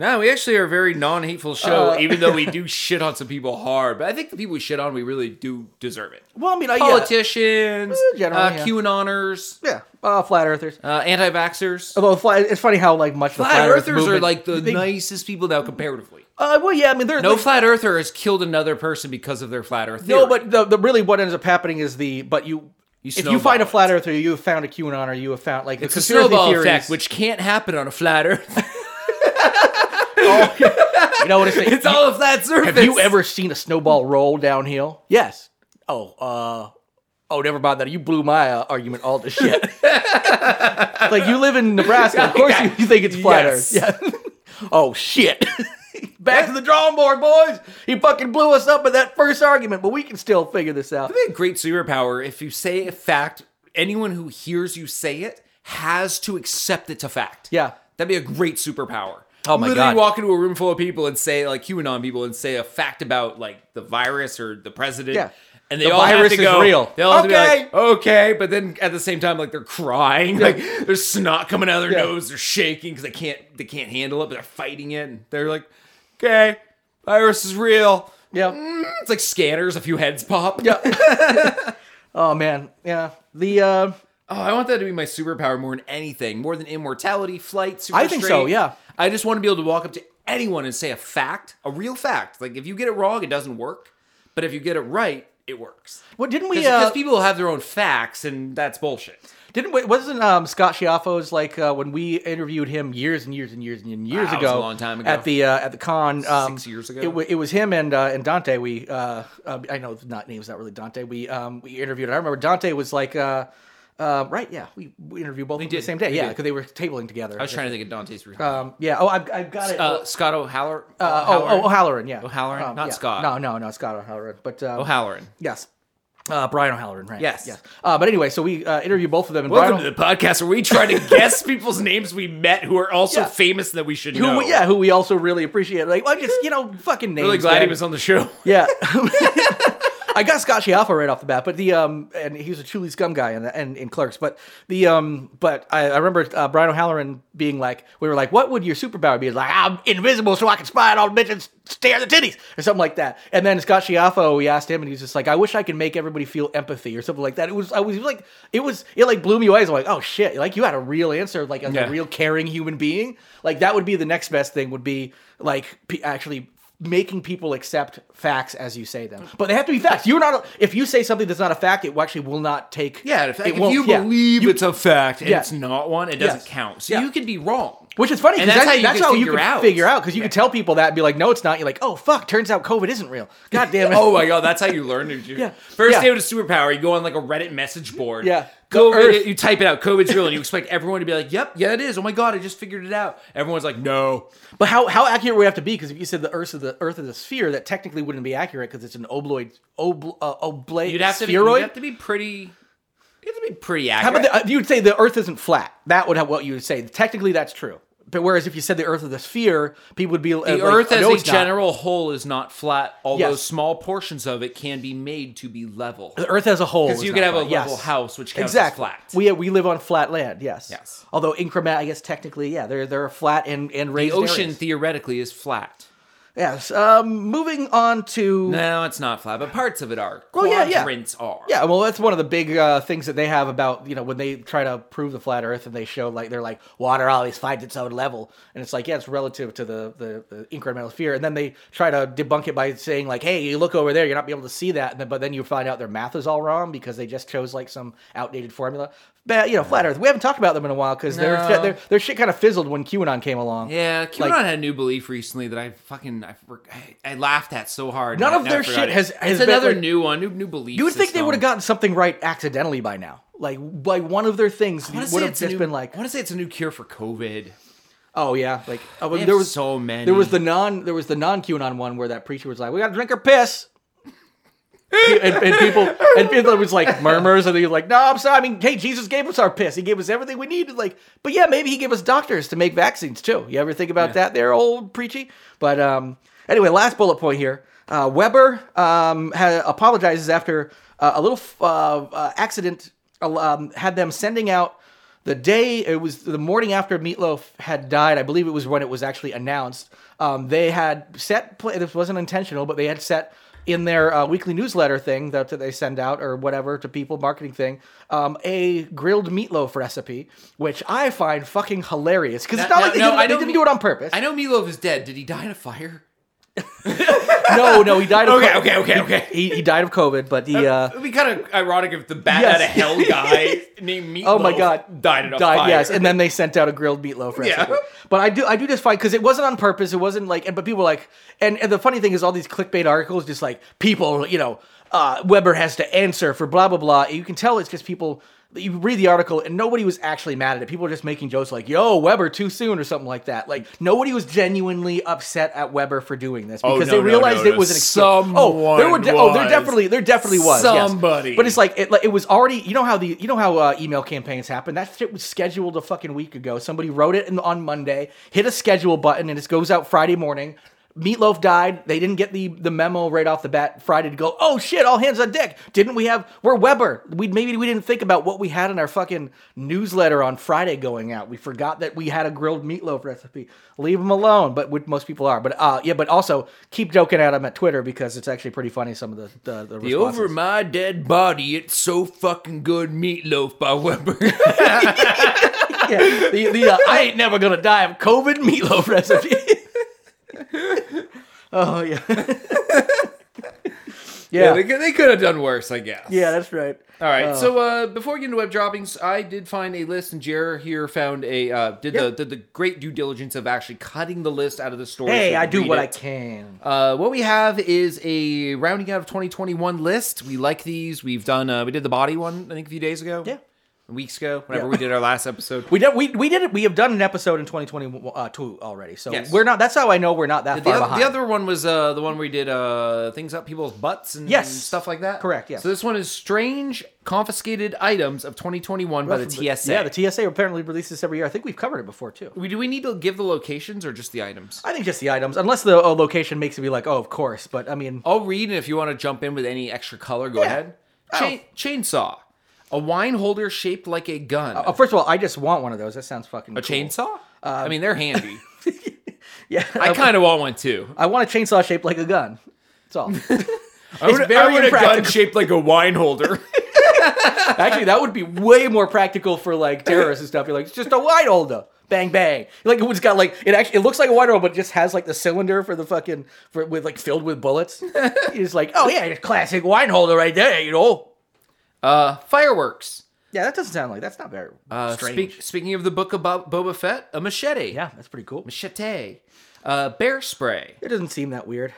Speaker 2: No, we actually are a very non-hateful show,
Speaker 3: Uh,
Speaker 2: even though we do shit on some people hard. But I think the people we shit on, we really do deserve it.
Speaker 3: well, I mean, I, Uh, yeah,
Speaker 2: Politicians,
Speaker 3: Uh, generally,
Speaker 2: uh,
Speaker 3: yeah.
Speaker 2: QAnoners,
Speaker 3: yeah, uh, flat earthers.
Speaker 2: uh, anti-vaxxers.
Speaker 3: Although fly, it's funny how like much the
Speaker 2: flat
Speaker 3: flat
Speaker 2: earthers are
Speaker 3: movement-
Speaker 2: like the
Speaker 3: they-
Speaker 2: nicest people now, comparatively.
Speaker 3: Uh, well, yeah, I mean, they're
Speaker 2: No
Speaker 3: like-
Speaker 2: flat earther has killed another person because of their flat earth. theory.
Speaker 3: No, but the, the really what ends up happening is the but you, if you
Speaker 2: snowball
Speaker 3: find a
Speaker 2: it.
Speaker 3: flat earther, you have found a QAnon or you have found like
Speaker 2: it's
Speaker 3: the
Speaker 2: a
Speaker 3: conspiracy
Speaker 2: snowball
Speaker 3: theories.
Speaker 2: effect, which can't happen on a flat earth.
Speaker 3: you know what I'm saying.
Speaker 2: it's all a flat surface.
Speaker 3: have you ever seen a snowball roll downhill? Yes. Oh, uh, oh, never mind that. You blew my uh, argument all to shit. like you live in Nebraska, of course you, you think it's flat
Speaker 2: Yes.
Speaker 3: Earth. Yeah. oh shit. Back to the drawing board, boys. He fucking blew us up at that first argument, but we can still figure this out.
Speaker 2: That'd be a great superpower if you say a fact, anyone who hears you say it has to accept it's a fact.
Speaker 3: Yeah.
Speaker 2: That'd be a great superpower.
Speaker 3: Oh my
Speaker 2: Literally
Speaker 3: God.
Speaker 2: walk into a room full of people and say like QAnon people and say a fact about like the virus or the president.
Speaker 3: Yeah.
Speaker 2: And they
Speaker 3: The
Speaker 2: all
Speaker 3: virus
Speaker 2: have to
Speaker 3: is
Speaker 2: go,
Speaker 3: real.
Speaker 2: They all have to be
Speaker 3: Okay.
Speaker 2: like, okay, but then at the same time, like they're crying, like there's snot coming out of their
Speaker 3: Yeah.
Speaker 2: nose, they're shaking because they can't they can't handle it, but they're fighting it. And they're like, okay, virus is real.
Speaker 3: Yeah.
Speaker 2: Mm, It's like scanners, a few heads pop.
Speaker 3: Yeah. oh man. Yeah. The uh
Speaker 2: Oh, I want that to be my superpower more than anything, more than immortality, flight, super
Speaker 3: I think so,
Speaker 2: strength.
Speaker 3: yeah.
Speaker 2: I just want to be able to walk up to anyone and say a fact, a real fact. Like if you get it wrong, it doesn't work, but if you get it right, it works.
Speaker 3: what didn't
Speaker 2: Because
Speaker 3: we uh,
Speaker 2: people have their own facts, and that's bullshit.
Speaker 3: didn't we, wasn't um Scott Schiaffo's like uh, when we interviewed him years and years and years and years
Speaker 2: Wow, it
Speaker 3: ago
Speaker 2: was a long time ago.
Speaker 3: at the uh, at the con um,
Speaker 2: Six years ago?
Speaker 3: It, wa- it was him and uh, and Dante we uh, uh I know it's not name's not really Dante we um we interviewed I remember Dante was like uh uh, right, yeah, we, we interviewed both of them the
Speaker 2: did,
Speaker 3: same day,
Speaker 2: we
Speaker 3: yeah,
Speaker 2: did.
Speaker 3: because they were tabling together.
Speaker 2: I was trying to think of Dante's real.
Speaker 3: um, yeah. Oh, I've, I've got it.
Speaker 2: uh, Scott O'Haller.
Speaker 3: Uh, oh, oh, O'Halloran, yeah,
Speaker 2: O'Halloran? Not
Speaker 3: yeah.
Speaker 2: Scott.
Speaker 3: No, no, no, Scott O'Halloran, but um,
Speaker 2: O'Halloran.
Speaker 3: Yes. Uh, Brian O'Halloran, right?
Speaker 2: Yes.
Speaker 3: Yes. Uh, but anyway, so we uh, interview both of them. And
Speaker 2: Welcome
Speaker 3: Brian,
Speaker 2: to the podcast where we try to guess people's names we met who are also
Speaker 3: Yeah.
Speaker 2: famous that we should
Speaker 3: who,
Speaker 2: know.
Speaker 3: we- yeah, who we also really appreciate. Like, well, just you know, fucking names.
Speaker 2: Really glad
Speaker 3: man.
Speaker 2: he was on the show.
Speaker 3: Yeah. I got Scott Schiaffo right off the bat, but the um, and he was a Chulis Gum guy and and in Clerks, but the um, but I, I remember uh, Brian O'Halloran being like, we were like, what would your superpower be? He's like, I'm invisible, so I can spy on all the bitches, and stare at the titties, or something like that. And then Scott Schiaffo, we asked him, and he's just like, I wish I could make everybody feel empathy or something like that. It was, I was, he was like, it was, it like blew me away. I'm like, oh shit, like you had a real answer, like as
Speaker 2: Yeah.
Speaker 3: a real caring human being. Like that would be the next best thing. Would be like p- actually making people accept facts as you say them, but they have to be facts. You're not. If you say something that's not a fact, it actually will not take.
Speaker 2: Yeah, if,
Speaker 3: it
Speaker 2: if
Speaker 3: won't-
Speaker 2: you
Speaker 3: yeah.
Speaker 2: believe it's a fact and
Speaker 3: Yeah.
Speaker 2: it's not one, it doesn't
Speaker 3: Yes.
Speaker 2: count. So
Speaker 3: Yeah.
Speaker 2: you can be wrong.
Speaker 3: Which is funny
Speaker 2: And
Speaker 3: because that's,
Speaker 2: that's how you
Speaker 3: that's
Speaker 2: can
Speaker 3: how you
Speaker 2: figure
Speaker 3: can
Speaker 2: out.
Speaker 3: figure out because you
Speaker 2: Yeah.
Speaker 3: can tell people that and be like, no, it's not. You're like, oh fuck, turns out COVID isn't real. God damn it.
Speaker 2: Oh my god, that's how you learn to do.
Speaker 3: Yeah.
Speaker 2: First
Speaker 3: Yeah.
Speaker 2: day with a superpower, you go on like a Reddit message board.
Speaker 3: Yeah.
Speaker 2: COVID,
Speaker 3: The Earth.
Speaker 2: you type it out, COVID's real, and you expect everyone to be like, "Yep, yeah, it is." Oh my god, I just figured it out. Everyone's like, "No."
Speaker 3: But how, how accurate would it have to be? Because if you said the Earth of the Earth is a sphere, that technically wouldn't be accurate because it's an obloid, obl, uh, oblate
Speaker 2: You'd have to be,
Speaker 3: spheroid.
Speaker 2: you'd have to be pretty you have to be pretty
Speaker 3: How
Speaker 2: accurate.
Speaker 3: about the, uh, you'd say the Earth isn't flat? That would have what you would say. Technically, that's true. But whereas if you said the Earth is a sphere, people would be uh,
Speaker 2: the
Speaker 3: like,
Speaker 2: Earth
Speaker 3: "Oh,
Speaker 2: as
Speaker 3: no,
Speaker 2: a
Speaker 3: it's not."
Speaker 2: general whole is not flat, although
Speaker 3: Yes.
Speaker 2: small portions of it can be made to be level.
Speaker 3: The Earth as a whole.
Speaker 2: Because
Speaker 3: is
Speaker 2: you could
Speaker 3: not
Speaker 2: have a
Speaker 3: flat.
Speaker 2: level
Speaker 3: Yes.
Speaker 2: house, which counts
Speaker 3: exactly.
Speaker 2: as flat.
Speaker 3: We we live on flat land. Yes.
Speaker 2: Yes.
Speaker 3: Although increment, I guess technically, yeah, there there are flat and and
Speaker 2: the
Speaker 3: raised
Speaker 2: ocean
Speaker 3: areas.
Speaker 2: theoretically is flat.
Speaker 3: yes. Um, moving on to
Speaker 2: No, it's not flat, but parts of it are.
Speaker 3: Well, yeah, yeah.
Speaker 2: Quadrants are.
Speaker 3: Yeah, well, that's one of the big uh, things that they have about you know when they try to prove the flat Earth and they show like they're like water always finds its own level and it's like yeah it's relative to the the, the incremental sphere and then they try to debunk it by saying like hey you look over there you're not be able to see that and then, but then you find out their math is all wrong because they just chose like some outdated formula. But you know flat Earth we haven't talked about them in a while because their,
Speaker 2: No.
Speaker 3: their their shit kind of fizzled when QAnon came along.
Speaker 2: Yeah, QAnon
Speaker 3: Like-
Speaker 2: had a new belief recently that I fucking I, for- I, I laughed at so hard.
Speaker 3: None
Speaker 2: and I-
Speaker 3: of
Speaker 2: now
Speaker 3: their
Speaker 2: I forgot
Speaker 3: shit
Speaker 2: it.
Speaker 3: has- has
Speaker 2: it's
Speaker 3: been,
Speaker 2: another
Speaker 3: like-
Speaker 2: new one, new new belief.
Speaker 3: You would think they would have gotten something right accidentally by now. Like by one of their things
Speaker 2: I wanna
Speaker 3: would
Speaker 2: say
Speaker 3: have
Speaker 2: it's a
Speaker 3: just
Speaker 2: new-
Speaker 3: been like
Speaker 2: I want to say it's a new cure for COVID.
Speaker 3: Oh yeah, like oh,
Speaker 2: They
Speaker 3: there
Speaker 2: have
Speaker 3: was
Speaker 2: so many.
Speaker 3: There was the non there was the non QAnon one where that preacher was like, "We got to drink or piss," and, and people and people was like murmurs, and they were like, "No, I'm sorry. I mean, hey, Jesus gave us our piss. He gave us everything we needed. Like, but yeah, maybe he gave us doctors to make vaccines too. You ever think about that? They're old preachy, but um, anyway, last bullet point here. Uh, Weber um, ha apologizes after uh, a little uh, uh, accident um, had them sending out the day it was the morning after Meatloaf had died, I believe it was when it was actually announced. Um, they had set play. This wasn't intentional, but they had set in their uh, weekly newsletter thing that, that they send out or whatever to people marketing thing um, a grilled meatloaf recipe, which I find fucking hilarious because it's
Speaker 2: No,
Speaker 3: not
Speaker 2: no,
Speaker 3: like they,
Speaker 2: no,
Speaker 3: did,
Speaker 2: I
Speaker 3: they
Speaker 2: don't
Speaker 3: didn't
Speaker 2: mean-
Speaker 3: do it on purpose.
Speaker 2: I know Meatloaf is dead. Did he die in a fire?
Speaker 3: no, no, he died. Of
Speaker 2: Okay,
Speaker 3: co-
Speaker 2: okay, okay, okay.
Speaker 3: He, he died of COVID, but he. Uh,
Speaker 2: It would be kind of ironic if the bat
Speaker 3: Yes.
Speaker 2: out of hell guy named Meatloaf
Speaker 3: Oh my god,
Speaker 2: died in a fire.
Speaker 3: Yes, and then they sent out a grilled meatloaf recipe.
Speaker 2: Yeah.
Speaker 3: But I do, I do just find because it wasn't on purpose. It wasn't like, and but people were like, and, and the funny thing is, all these clickbait articles, just like people, you know, uh, Weber has to answer for blah blah blah. You can tell it's just people. You read the article and nobody was actually mad at it. People were just making jokes like, "Yo, Weber too soon" or something like that. Like nobody was genuinely upset at Weber for doing this because
Speaker 2: Oh, no,
Speaker 3: they
Speaker 2: no,
Speaker 3: realized
Speaker 2: no,
Speaker 3: it
Speaker 2: no.
Speaker 3: was an excuse. Oh, there were
Speaker 2: Someone
Speaker 3: de- oh, there
Speaker 2: was.
Speaker 3: definitely there definitely was yes.
Speaker 2: Somebody.
Speaker 3: But it's like it like it was already you know how the you know how uh, email campaigns happen that shit was scheduled a fucking week ago somebody wrote it in, on monday hit a schedule button and it goes out friday morning meatloaf died they didn't get the the memo right off the bat friday to go oh shit all hands on deck didn't we have we're weber we maybe we didn't think about what we had in our fucking newsletter on friday going out we forgot that we had a grilled meatloaf recipe leave them alone but which most people are but uh yeah but also keep joking at them at twitter because it's actually pretty funny some of the the, the,
Speaker 2: The
Speaker 3: responses.
Speaker 2: over my dead body, it's so fucking good meatloaf by Weber.
Speaker 3: yeah, the, the, uh, I ain't never gonna die of COVID meatloaf recipe. oh yeah. yeah,
Speaker 2: yeah,
Speaker 3: yeah,
Speaker 2: they, could- they could have done worse, I guess.
Speaker 3: that's Oh. right.
Speaker 2: All right. so uh, before we get into web droppings, I did find a list, and Jer here found a uh, did
Speaker 3: Yeah.
Speaker 2: the did the great due diligence of actually cutting the list out of the story.
Speaker 3: Hey, I do what I
Speaker 2: I.
Speaker 3: can.
Speaker 2: Uh, what we have is a rounding out of 2021 list. We like these. We've done. Uh, we did the body one, I think, a few days ago.
Speaker 3: Yeah.
Speaker 2: weeks ago, whenever
Speaker 3: Yeah.
Speaker 2: we did our last episode.
Speaker 3: We did. We, we did it. We have done an episode in 2022 uh, two already. So
Speaker 2: Yes.
Speaker 3: we're not. That's how I know we're not that
Speaker 2: The,
Speaker 3: far
Speaker 2: oth-
Speaker 3: behind.
Speaker 2: the other one was uh, the one where we did uh, things up people's butts and,
Speaker 3: Yes.
Speaker 2: and stuff like that.
Speaker 3: Correct, yes.
Speaker 2: So this one is strange confiscated items of 2021 by the TSA.
Speaker 3: Yeah, the TSA apparently releases this every year. I think we've covered it before too.
Speaker 2: we, do we need to give the locations or just the items?
Speaker 3: I think just the items, unless the uh, location makes it be like, oh, of course. But I mean,
Speaker 2: I'll read, and if you want to jump in with any extra color, go ahead.
Speaker 3: Oh.
Speaker 2: Chain, chainsaw, a wine holder shaped like a gun.
Speaker 3: uh, first of all, I just want one of those. That sounds fucking.
Speaker 2: a chainsaw?
Speaker 3: Uh,
Speaker 2: I mean, they're handy.
Speaker 3: Yeah,
Speaker 2: I kind of want one too.
Speaker 3: I want a chainsaw shaped like a gun. That's all.
Speaker 2: I would,
Speaker 3: very
Speaker 2: I would a gun
Speaker 3: impractical.
Speaker 2: shaped like a wine holder.
Speaker 3: Actually, that would be way more practical for like terrorists and stuff. You're like, it's just a wide holder. Bang bang. Like it's got like it actually it looks like a wide holder, but it just has like the cylinder for the fucking for with like filled with bullets. It's like, oh yeah, classic wine holder right there, you know.
Speaker 2: uh, fireworks.
Speaker 3: Yeah, that doesn't sound like that's not very
Speaker 2: Uh,
Speaker 3: strange.
Speaker 2: speak- speaking of the book about Boba Fett, a machete.
Speaker 3: yeah, that's pretty cool.
Speaker 2: Machete. Uh, bear spray.
Speaker 3: It doesn't seem that weird.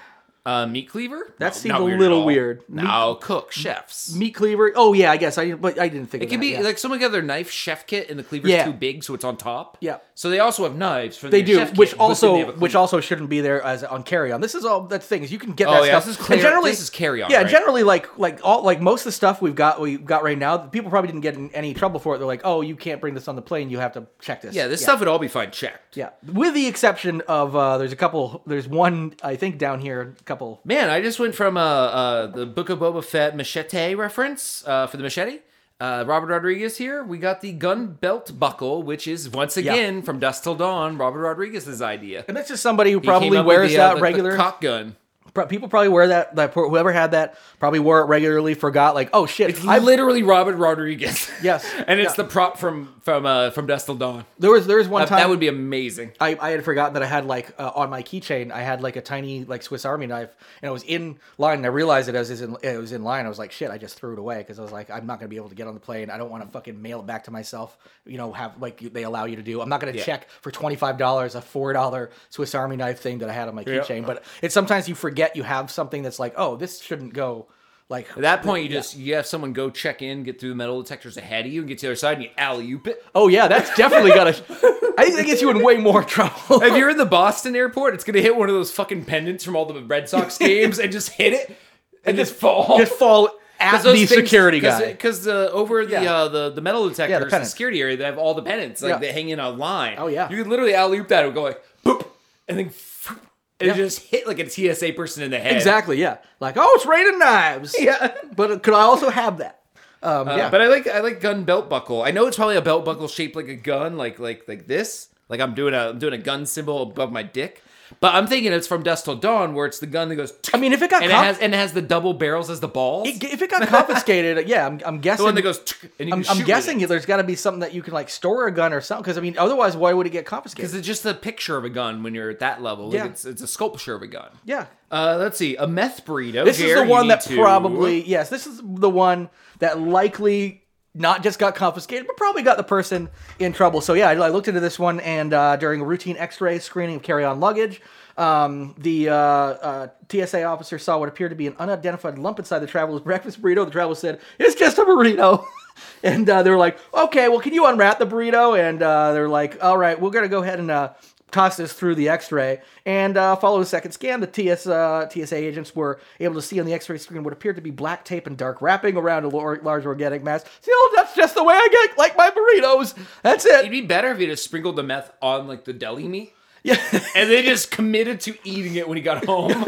Speaker 2: Uh, meat cleaver.
Speaker 3: That
Speaker 2: No,
Speaker 3: seemed
Speaker 2: not
Speaker 3: a
Speaker 2: at
Speaker 3: little
Speaker 2: all.
Speaker 3: weird.
Speaker 2: No, cook chefs.
Speaker 3: Meat cleaver. Oh yeah, I guess I but I didn't think
Speaker 2: It
Speaker 3: of
Speaker 2: could
Speaker 3: that,
Speaker 2: be
Speaker 3: yeah.
Speaker 2: like someone got their knife chef kit, and the cleaver's
Speaker 3: Yeah.
Speaker 2: too big, so it's on top.
Speaker 3: Yeah.
Speaker 2: So they also have knives for
Speaker 3: They
Speaker 2: their
Speaker 3: do,
Speaker 2: chef kit,
Speaker 3: which
Speaker 2: but then they have a
Speaker 3: also
Speaker 2: cleaver.
Speaker 3: which also shouldn't be there as on carry on. This is all that's things you can get.
Speaker 2: Oh,
Speaker 3: that
Speaker 2: yeah,
Speaker 3: stuff.
Speaker 2: this is
Speaker 3: And
Speaker 2: clear- this is carry-on,
Speaker 3: Yeah,
Speaker 2: right?
Speaker 3: generally like like all like most of the stuff we've got we got right now. People probably didn't get in any trouble for it. They're like, oh, you can't bring this on the plane. You have to check this.
Speaker 2: yeah, this stuff would all be fine checked.
Speaker 3: Yeah, with the exception of uh, there's a couple. There's one I think down here. A couple.
Speaker 2: Man, I just went from uh, uh, the Book of Boba Fett machete reference uh, for the machete. Uh, Robert Rodriguez here. We got the gun belt buckle, which is once again from Dust Till Dawn, Robert Rodriguez's idea.
Speaker 3: And that's just somebody who
Speaker 2: He came
Speaker 3: probably
Speaker 2: up with
Speaker 3: wears
Speaker 2: the, uh,
Speaker 3: that
Speaker 2: the- the
Speaker 3: regular.
Speaker 2: cock gun.
Speaker 3: pro- people probably wear that. That poor- whoever had that probably wore it regularly. Forgot like, oh shit,
Speaker 2: It's literally Robert Rodriguez.
Speaker 3: Yes.
Speaker 2: and it's
Speaker 3: Yeah.
Speaker 2: the prop from from uh, from Dust Till Dawn.
Speaker 3: there was there was one
Speaker 2: Uh, That,
Speaker 3: time
Speaker 2: that would be amazing.
Speaker 3: I, I had forgotten that I had like uh, on my keychain I had like a tiny like Swiss Army knife and I was in line and I realized it as in, it was in line I was like shit I just threw it away because I was like I'm not gonna be able to get on the plane I don't want to fucking mail it back to myself you know have like you- they allow you to do I'm not gonna
Speaker 2: Yeah.
Speaker 3: check for twenty five dollars a four dollar Swiss Army knife thing that I had on my keychain but it's sometimes you forget you have something that's like oh this shouldn't go like
Speaker 2: At that point, you just you have someone go check in, get through the metal detectors ahead of you, and get to the other side, and you alley oop it.
Speaker 3: oh yeah that's definitely gonna I think that gets you in way more trouble
Speaker 2: If you're in the Boston airport, it's gonna hit one of those fucking pendants from all the Red Sox games and just hit it and just fall.
Speaker 3: just fall. At the security guy.
Speaker 2: because the over the
Speaker 3: Yeah.
Speaker 2: uh, the the metal detectors, the,
Speaker 3: pennant.
Speaker 2: security area, they have all the pennants like
Speaker 3: Yeah.
Speaker 2: they hang in a line.
Speaker 3: Oh, yeah.
Speaker 2: you could literally alley oop that and go like boop, and then f- and
Speaker 3: Yeah.
Speaker 2: just hit like a TSA person in the head.
Speaker 3: Exactly. Yeah. Like, oh, it's raining knives.
Speaker 2: Yeah.
Speaker 3: But could I also have that? Um,
Speaker 2: Uh,
Speaker 3: yeah.
Speaker 2: But I like I like gun belt buckle. I know it's probably a belt buckle shaped like a gun, like like like this. Like I'm doing a I'm doing a gun symbol above my dick. But I'm thinking it's from Dust Till Dawn, where it's the gun that goes.
Speaker 3: I mean, if it got
Speaker 2: and
Speaker 3: cop-
Speaker 2: it has and it has the double barrels as the balls.
Speaker 3: It- if it got confiscated, yeah, I'm, I'm
Speaker 2: the
Speaker 3: guessing.
Speaker 2: one that goes. tsk, And you
Speaker 3: I'm,
Speaker 2: can
Speaker 3: I'm
Speaker 2: shoot
Speaker 3: guessing there's got to be something that you can like store a gun or something. Because I mean, otherwise, why would it get
Speaker 2: because
Speaker 3: confiscated?
Speaker 2: it's just a picture of a gun when you're at that level. Like
Speaker 3: Yeah.
Speaker 2: it's it's a sculpture of a gun.
Speaker 3: Yeah.
Speaker 2: Uh, let's see, a meth Oh, burrito.
Speaker 3: This is
Speaker 2: Gare,
Speaker 3: the
Speaker 2: you
Speaker 3: one
Speaker 2: need
Speaker 3: that
Speaker 2: to-
Speaker 3: probably yes. This is the one that likely not just got confiscated, but probably got the person in trouble. So yeah, I, I looked into this one, and uh, during a routine X-ray screening of carry-on luggage, um, the uh, uh, TSA officer saw what appeared to be an unidentified lump inside the traveler's breakfast burrito. The traveler said, "It's just a burrito." And uh, they were like, okay, well, can you unwrap the burrito? And uh, they're like, all right, we're going to go ahead and uh, toss this through the x-ray and uh, follow a second scan the TS, uh, tsa agents were able to see on the x-ray screen what appeared to be black tape and dark wrapping around a lar- large organic mass see oh that's just the way i get like my burritos that's
Speaker 2: It'd
Speaker 3: it
Speaker 2: be better if you just sprinkled the meth on like the deli meat,
Speaker 3: yeah
Speaker 2: and they just committed to eating it when he got home.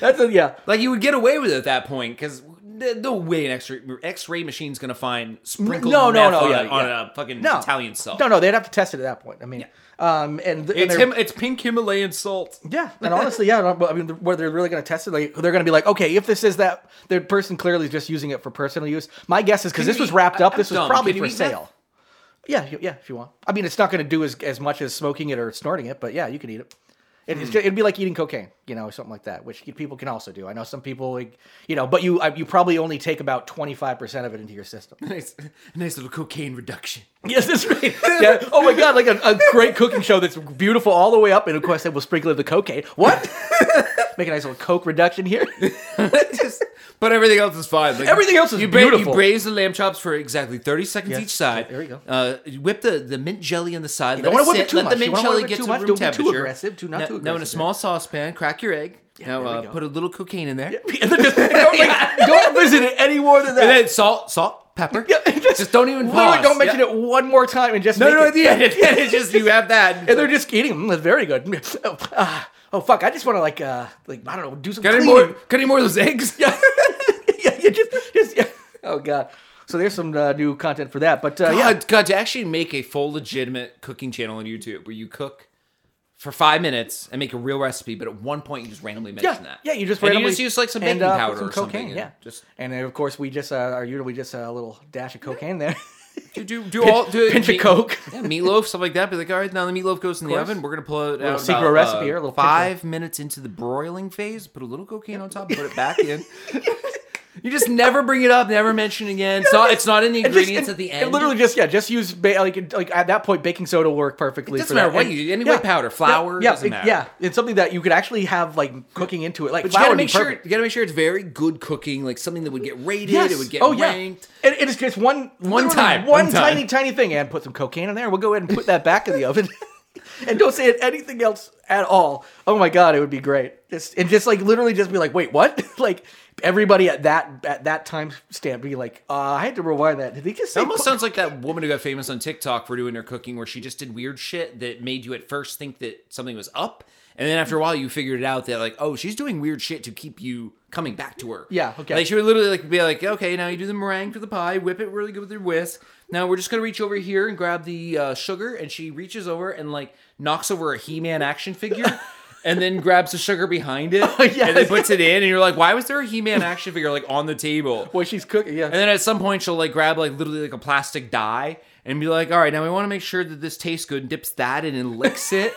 Speaker 3: that's it yeah
Speaker 2: Like you would get away with it at that point because no way an X-ray X-ray machine's gonna find sprinkled
Speaker 3: No, no,
Speaker 2: meth
Speaker 3: no,
Speaker 2: on,
Speaker 3: yeah,
Speaker 2: a, on
Speaker 3: yeah.
Speaker 2: a fucking
Speaker 3: no
Speaker 2: Italian salt.
Speaker 3: no no they'd have to test it at that point i mean um and, th- and
Speaker 2: it's
Speaker 3: they're-
Speaker 2: him. It's pink Himalayan salt.
Speaker 3: Yeah, and honestly, yeah, I don't- I mean, where they're really going to test it, like they're going to be like, okay, if this is that, the person clearly is just using it for personal use. My guess is
Speaker 2: Can
Speaker 3: because this
Speaker 2: you
Speaker 3: was
Speaker 2: eat-
Speaker 3: wrapped
Speaker 2: I-
Speaker 3: up,
Speaker 2: I'm
Speaker 3: this was
Speaker 2: dumb.
Speaker 3: probably
Speaker 2: Can you
Speaker 3: for
Speaker 2: eat
Speaker 3: sale. Yeah, you- yeah, if you want.
Speaker 2: Hmm.
Speaker 3: I mean, it's not going to do as, as much as smoking it or snorting it, but yeah, you can eat it. It- it's ju- it'd be like eating cocaine. you know, or something like that, which people can also do. I know some people, like, you know, but you I- you probably only take about twenty five percent of it into your system.
Speaker 2: Nice, nice little cocaine reduction.
Speaker 3: yes, that's right. Yeah. Oh my god, like a, a great cooking show that's beautiful all the way up, and of course they will sprinkle in the cocaine. What? Make a nice little coke reduction here.
Speaker 2: Just- but everything else is fine. Like,
Speaker 3: Everything else is
Speaker 2: you bra- you
Speaker 3: beautiful.
Speaker 2: braise the lamb chops for exactly thirty seconds
Speaker 3: Yes.
Speaker 2: each side.
Speaker 3: There you go.
Speaker 2: Uh, you whip the, the mint jelly on the side. You
Speaker 3: don't
Speaker 2: let
Speaker 3: wanna whip it
Speaker 2: sit,
Speaker 3: too
Speaker 2: let
Speaker 3: much.
Speaker 2: the
Speaker 3: You
Speaker 2: mint
Speaker 3: wanna
Speaker 2: jelly
Speaker 3: whip it
Speaker 2: get
Speaker 3: too
Speaker 2: to
Speaker 3: much.
Speaker 2: room
Speaker 3: Don't be too
Speaker 2: temperature.
Speaker 3: aggressive. Do not
Speaker 2: now,
Speaker 3: too
Speaker 2: Now in a
Speaker 3: aggressive.
Speaker 2: small saucepan, crack your egg. now
Speaker 3: there we
Speaker 2: uh,
Speaker 3: go.
Speaker 2: put a little cocaine in there,
Speaker 3: And then just- don't, like, don't visit it any more than that.
Speaker 2: and then salt, salt, pepper.
Speaker 3: Yeah, just-
Speaker 2: just don't even
Speaker 3: Literally,
Speaker 2: pause.
Speaker 3: don't mention
Speaker 2: Yeah.
Speaker 3: it one more time and just
Speaker 2: No,
Speaker 3: make
Speaker 2: no,
Speaker 3: it-
Speaker 2: at the end, at the end, it's just you have that.
Speaker 3: and they're just eating them. That's very good. Oh, ah, oh, fuck! I just want to like, uh, like I don't know, do some
Speaker 2: Got any
Speaker 3: cleaning.
Speaker 2: more? Got any more of those eggs?
Speaker 3: Yeah, yeah, yeah, just, just yeah. Oh god. So there's some uh, new content for that, but uh,
Speaker 2: God,
Speaker 3: yeah,
Speaker 2: God, to actually make a full legitimate cooking channel on YouTube where you cook for five minutes and make a real recipe, but at one point you just randomly mention
Speaker 3: yeah,
Speaker 2: that.
Speaker 3: yeah. You just
Speaker 2: and
Speaker 3: randomly
Speaker 2: you just use like some
Speaker 3: and,
Speaker 2: baking
Speaker 3: uh, put
Speaker 2: powder
Speaker 3: some
Speaker 2: or
Speaker 3: cocaine,
Speaker 2: something. and
Speaker 3: Yeah,
Speaker 2: just
Speaker 3: and then, of course we just uh, are usually just a little dash of cocaine there.
Speaker 2: do do, do all do
Speaker 3: pinch of Coke.
Speaker 2: yeah, meatloaf, stuff like that. Be like, all right, now the meatloaf goes in the
Speaker 3: course.
Speaker 2: oven. We're gonna pull it out
Speaker 3: secret
Speaker 2: about,
Speaker 3: recipe
Speaker 2: uh,
Speaker 3: here, a little pinch of-
Speaker 2: five minutes into the broiling phase. Put a little cocaine on top, put it back in. You just never bring it up, never mention it again. It's not, it's not in the
Speaker 3: And just-
Speaker 2: ingredients
Speaker 3: and-
Speaker 2: at the
Speaker 3: and
Speaker 2: end.
Speaker 3: literally just yeah, just use ba- like like at that point baking soda worked perfectly.
Speaker 2: doesn't
Speaker 3: for that.
Speaker 2: matter what
Speaker 3: And-
Speaker 2: you- any white powder, flour,
Speaker 3: yeah,
Speaker 2: doesn't
Speaker 3: it-
Speaker 2: matter.
Speaker 3: yeah. It's something that you could actually have like cooking into it, like
Speaker 2: But you
Speaker 3: flour.
Speaker 2: gotta
Speaker 3: would be
Speaker 2: make sure
Speaker 3: perfect.
Speaker 2: you gotta make sure it's very good cooking, like something that would get rated,
Speaker 3: Yes.
Speaker 2: it would get
Speaker 3: oh,
Speaker 2: ranked.
Speaker 3: Yeah. It, it is just one, literally
Speaker 2: time,
Speaker 3: one,
Speaker 2: one time.
Speaker 3: tiny, tiny thing. And put some cocaine in there. We'll go ahead and put that back in the oven. and don't say anything else at all. Oh my god, it would be great. Just and just like literally just be like, wait, what? like everybody at that at that time stamp be like, uh, I had to rewind that. Did he just say
Speaker 2: It almost
Speaker 3: co-
Speaker 2: sounds like that woman who got famous on TikTok for doing her cooking, where she just did weird shit that made you at first think that something was up, and then after a while you figured it out that like, oh, she's doing weird shit to keep you coming back to her.
Speaker 3: Yeah, okay.
Speaker 2: Like she would literally like be like, okay, now you do the meringue for the pie, whip it really good with your whisk. Now we're just gonna reach over here and grab the uh, sugar, and she reaches over and like knocks over a He-Man action figure. And then grabs the sugar behind it and then
Speaker 3: yes.
Speaker 2: puts it in, and you're like, "Why was there a He-Man action figure like on the table?"
Speaker 3: Boy, she's cooking. Yeah.
Speaker 2: And then at some point she'll like grab like literally like a plastic die and be like, all right, now we want to make sure that this tastes good and dips that in and licks it.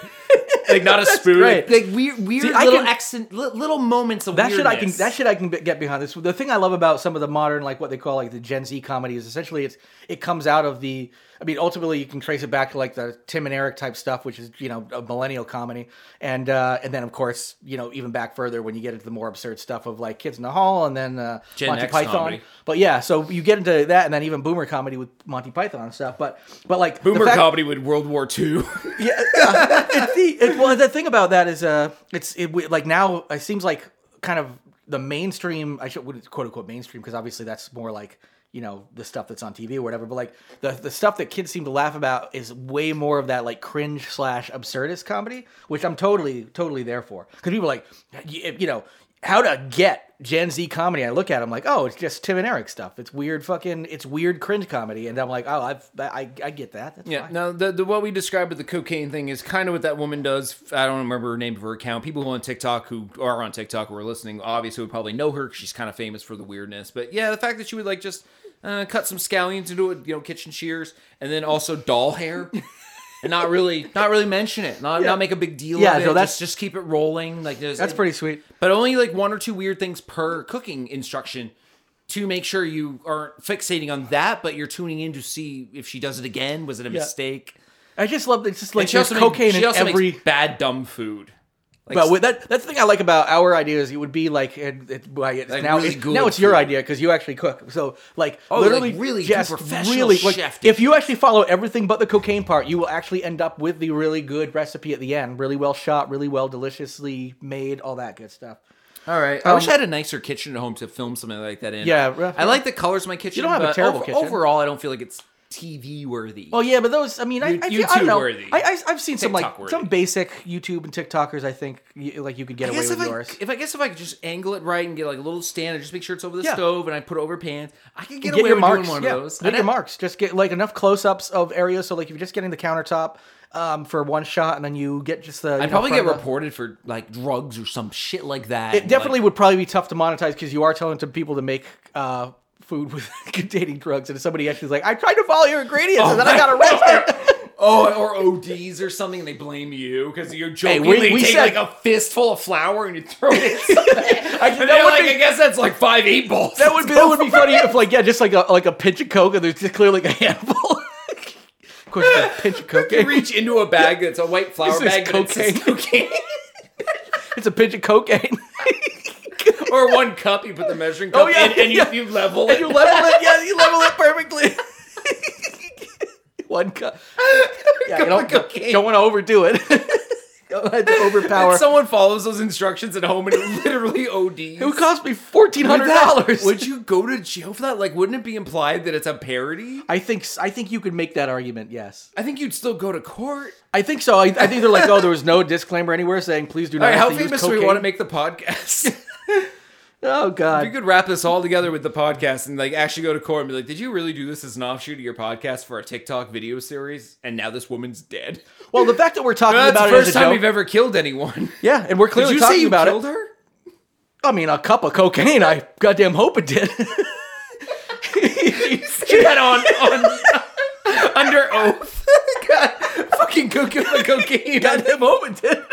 Speaker 2: like not a spoon.
Speaker 3: great.
Speaker 2: Like, like weird weird
Speaker 3: See, I
Speaker 2: little
Speaker 3: can-
Speaker 2: accent li- little moments of
Speaker 3: that shit I can
Speaker 2: weirdness.
Speaker 3: that shit I can be- get behind. This the thing I love about some of the modern like what they call like the Gen Z comedy is essentially it's it comes out of the I mean ultimately you can trace it back to like the Tim and Eric type stuff which is you know a millennial comedy and uh, and then of course you know even back further when you get into the more absurd stuff of like Kids in the Hall and then uh,
Speaker 2: Gen
Speaker 3: Monty
Speaker 2: X
Speaker 3: Python.
Speaker 2: comedy.
Speaker 3: But yeah, so you get into that and then even boomer comedy with Monty Python and stuff. But but like the
Speaker 2: Boomer
Speaker 3: fact-
Speaker 2: comedy with World War II.
Speaker 3: yeah, yeah. It's the, it, well, the thing about that is, uh, it's it we- like now it seems like kind of the mainstream. I should wouldn't quote unquote mainstream because obviously that's more like you know the stuff that's on TV or whatever. But like the the stuff that kids seem to laugh about is way more of that like cringe slash absurdist comedy, which I'm totally totally there for because people are like y- you know how to get. Gen Z comedy. I look at, it, I'm like, oh, it's just Tim and Eric stuff. It's weird, fucking, it's weird cringe comedy, and I'm like, oh, I've, I, I get that. That's
Speaker 2: yeah.
Speaker 3: fine.
Speaker 2: No, the, the what we described with the cocaine thing is kind of what that woman does. I don't remember her name of her account. People who on TikTok who are on TikTok who are listening obviously would probably know her 'cause she's kind of famous for the weirdness. But yeah, the fact that she would like just uh, cut some scallions into it, you know, kitchen shears, and then also doll hair. And not really, not really mention it. Not, not make a big deal.
Speaker 3: Yeah,
Speaker 2: of it.
Speaker 3: no,
Speaker 2: just,
Speaker 3: that's-
Speaker 2: just keep it rolling. Like there's,
Speaker 3: That's pretty sweet.
Speaker 2: But only like one or two weird things per cooking instruction to make sure you aren't fixating on that, but you're tuning in to see if she does it again. Was it a mistake?
Speaker 3: I just love it's just like
Speaker 2: And she
Speaker 3: there's
Speaker 2: also
Speaker 3: cocaine
Speaker 2: makes, she
Speaker 3: in
Speaker 2: also makes
Speaker 3: every.
Speaker 2: bad dumb food. Like,
Speaker 3: but with that that's the thing I like about our ideas. It would be like it, it, why it's
Speaker 2: Like
Speaker 3: now
Speaker 2: really
Speaker 3: it-
Speaker 2: good
Speaker 3: now it's your
Speaker 2: food. Oh,
Speaker 3: idea because you actually cook. So like
Speaker 2: like
Speaker 3: literally
Speaker 2: really good
Speaker 3: just
Speaker 2: professional
Speaker 3: really like,
Speaker 2: chef
Speaker 3: if you actually follow everything but the cocaine part, you will actually end up with the really good recipe at the end. Really well shot, really well deliciously made, all that good stuff.
Speaker 2: all right, I wish I
Speaker 3: um,
Speaker 2: had a nicer kitchen at home to film something like that in.
Speaker 3: Yeah, rough-
Speaker 2: I like the colors of my kitchen.
Speaker 3: You don't have a
Speaker 2: but
Speaker 3: terrible
Speaker 2: over-
Speaker 3: kitchen.
Speaker 2: Overall, I don't feel like it's TV worthy.
Speaker 3: Well, Oh, yeah, but those. I mean, I, I, feel- I
Speaker 2: YouTube
Speaker 3: don't know.
Speaker 2: worthy.
Speaker 3: I, I I've seen some like
Speaker 2: TikTok worthy.
Speaker 3: some basic YouTube and TikTokers. I think you, like you could get
Speaker 2: I
Speaker 3: away
Speaker 2: guess
Speaker 3: with
Speaker 2: if I,
Speaker 3: yours.
Speaker 2: if I guess if I could just angle it right and get like a little stand and just make sure it's over the
Speaker 3: Yeah.
Speaker 2: stove and I put it over pans, I could get,
Speaker 3: get
Speaker 2: away
Speaker 3: your
Speaker 2: with
Speaker 3: marks.
Speaker 2: doing one
Speaker 3: yeah.
Speaker 2: of those.
Speaker 3: Get
Speaker 2: And I-
Speaker 3: your marks. Just get like enough close-ups of areas. So like if you're just getting the countertop um, for one shot, and then you get just the. you know,
Speaker 2: I'd probably
Speaker 3: front
Speaker 2: get
Speaker 3: of the-
Speaker 2: reported for like drugs or some shit like that.
Speaker 3: It
Speaker 2: and,
Speaker 3: definitely
Speaker 2: like,
Speaker 3: would probably be tough to monetize because you are telling to people to make. Uh, Food with containing drugs, and if somebody actually is like, "I tried to follow your ingredients, and then I got arrested."
Speaker 2: oh, or ODs or something, and they blame you because you're joking.
Speaker 3: we-
Speaker 2: they
Speaker 3: we
Speaker 2: take
Speaker 3: said-
Speaker 2: like a fistful of flour and you throw it. in something. I,
Speaker 3: that
Speaker 2: they're
Speaker 3: would
Speaker 2: like,
Speaker 3: be-
Speaker 2: I guess that's like five eight balls.
Speaker 3: That would be that would be funny if like yeah, just like a like a pinch of coke and there's just clearly like a handful. of course, the pinch of coke.
Speaker 2: You reach into a bag that's a white flour
Speaker 3: This is
Speaker 2: bag, but it says cocaine.
Speaker 3: It's a pinch of cocaine.
Speaker 2: or one cup. You put the measuring cup
Speaker 3: Oh, yeah,
Speaker 2: in, and you,
Speaker 3: yeah.
Speaker 2: you level
Speaker 3: and
Speaker 2: it.
Speaker 3: you level it. Yeah, you level it perfectly. One cup. Yeah, you
Speaker 2: Cup of
Speaker 3: don't,
Speaker 2: cocaine.
Speaker 3: don't want to overdo it. don't have to overpower.
Speaker 2: And someone follows those instructions at home and it literally ODs.
Speaker 3: it would cost me fourteen
Speaker 2: Would
Speaker 3: hundred
Speaker 2: that-
Speaker 3: dollars.
Speaker 2: Would you go to jail for that? Like, wouldn't it be implied that it's a parody?
Speaker 3: I think s- I think you could make that argument. Yes,
Speaker 2: I think you'd still go to court.
Speaker 3: I think so. I, I think they're like, oh, there was no disclaimer anywhere saying please do not.
Speaker 2: All right,
Speaker 3: have
Speaker 2: how
Speaker 3: to use
Speaker 2: famous do we
Speaker 3: cocaine."
Speaker 2: want to make the podcast?
Speaker 3: Oh
Speaker 2: we
Speaker 3: God,
Speaker 2: could wrap this all together with the podcast and like actually go to court and be like, "Did you really do this as an offshoot of your podcast for a TikTok video series?" And now this woman's dead.
Speaker 3: well, the fact that we're talking
Speaker 2: That's
Speaker 3: about
Speaker 2: the
Speaker 3: it as
Speaker 2: first
Speaker 3: a
Speaker 2: time
Speaker 3: joke,
Speaker 2: we've ever killed anyone.
Speaker 3: yeah, and we're
Speaker 2: Did
Speaker 3: clearly
Speaker 2: you
Speaker 3: talking
Speaker 2: say you
Speaker 3: about
Speaker 2: killed
Speaker 3: it.
Speaker 2: her?
Speaker 3: I mean, a cup of cocaine. I goddamn hope it did.
Speaker 2: She had on on under oath. God, fucking cocaine, cocaine.
Speaker 3: goddamn hope it did.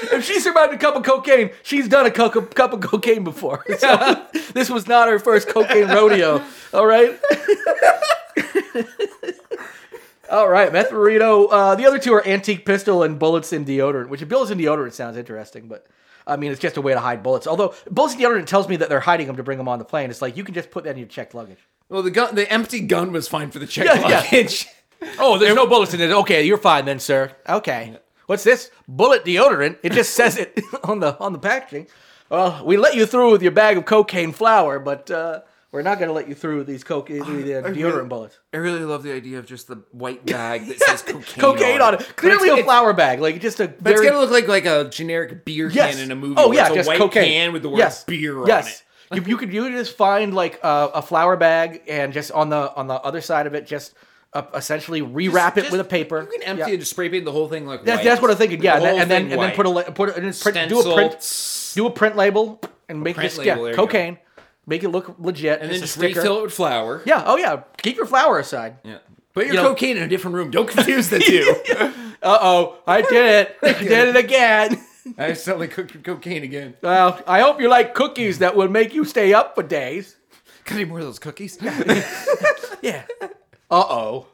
Speaker 3: If she survived a cup of cocaine, she's done a cup of, cup of cocaine before. So this was not her first cocaine rodeo. All right. All right, meth burrito. Uh, the other two are antique pistol and bullets in deodorant. Which bullets in deodorant sounds interesting, but I mean it's just a way to hide bullets. Although bullets in deodorant tells me that they're hiding them to bring them on the plane. It's like you can just put that in your checked luggage.
Speaker 2: Well, the gun, the empty gun was fine for the check
Speaker 3: Yeah, yeah.
Speaker 2: luggage.
Speaker 3: Oh, there's no bullets in it. Okay, you're fine then, sir. Okay. What's this? Bullet deodorant. It just says it on the on the packaging. Well, we let you through with your bag of cocaine flour, but uh, we're not going to let you through with these cocaine the, uh,
Speaker 2: I
Speaker 3: deodorant
Speaker 2: really-
Speaker 3: bullets.
Speaker 2: I really love the idea of just the white bag that says cocaine.
Speaker 3: Cocaine on it. Clearly
Speaker 2: But it's-
Speaker 3: a flower bag, like just a
Speaker 2: But it's
Speaker 3: very
Speaker 2: gonna look like like a generic beer
Speaker 3: yes.
Speaker 2: can in a movie.
Speaker 3: Oh
Speaker 2: where
Speaker 3: yeah,
Speaker 2: it's a
Speaker 3: just
Speaker 2: white
Speaker 3: cocaine
Speaker 2: can with the word
Speaker 3: yes.
Speaker 2: beer on it.
Speaker 3: yes. you, you could you could just find like uh, a, a flour bag and just on the on the other side of it, just uh, essentially rewrap it
Speaker 2: Just-
Speaker 3: with a paper.
Speaker 2: You can empty
Speaker 3: Yeah.
Speaker 2: it, just spray paint the whole thing like
Speaker 3: That's,
Speaker 2: white.
Speaker 3: that's what I'm thinking. Yeah,
Speaker 2: The whole
Speaker 3: and then
Speaker 2: thing
Speaker 3: and then
Speaker 2: white.
Speaker 3: put a la- put a, and just print, do
Speaker 2: Stencil,
Speaker 3: a print do a print label and make
Speaker 2: Print
Speaker 3: this yeah,
Speaker 2: label, there you go.
Speaker 3: cocaine, make it look legit,
Speaker 2: and then
Speaker 3: it's a
Speaker 2: just
Speaker 3: sticker.
Speaker 2: refill it with flour.
Speaker 3: Yeah, oh yeah, keep your flour aside.
Speaker 2: Yeah. Put your
Speaker 3: You know-
Speaker 2: cocaine in a different room. Don't confuse the two.
Speaker 3: Uh oh, I did it, I did it again.
Speaker 2: I suddenly cooked cocaine again.
Speaker 3: Well, I hope you like cookies that will make you stay up for days.
Speaker 2: Got any more of those cookies?
Speaker 3: Yeah. Uh oh.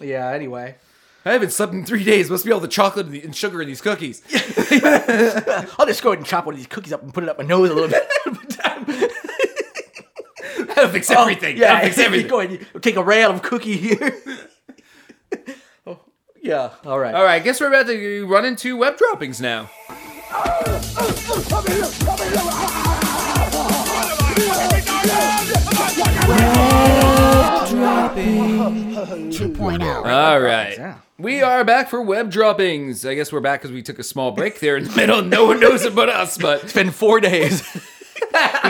Speaker 3: Yeah. Anyway,
Speaker 2: I haven't slept in three days. Must be all the chocolate and, the, and sugar in these cookies.
Speaker 3: I'll just go ahead and chop one of these cookies up and put it up my nose a little bit.
Speaker 2: That'll fix everything.
Speaker 3: Oh, Yeah,
Speaker 2: That'll fix everything.
Speaker 3: Go ahead, you take a rail of cookie here. Oh, yeah, all right.
Speaker 2: All right, I guess we're about to run into web droppings now. All right.
Speaker 3: Yeah.
Speaker 2: We are back for web droppings. I guess we're back because we took a small break there in the middle. No one knows it but us, but
Speaker 3: It's been four days. you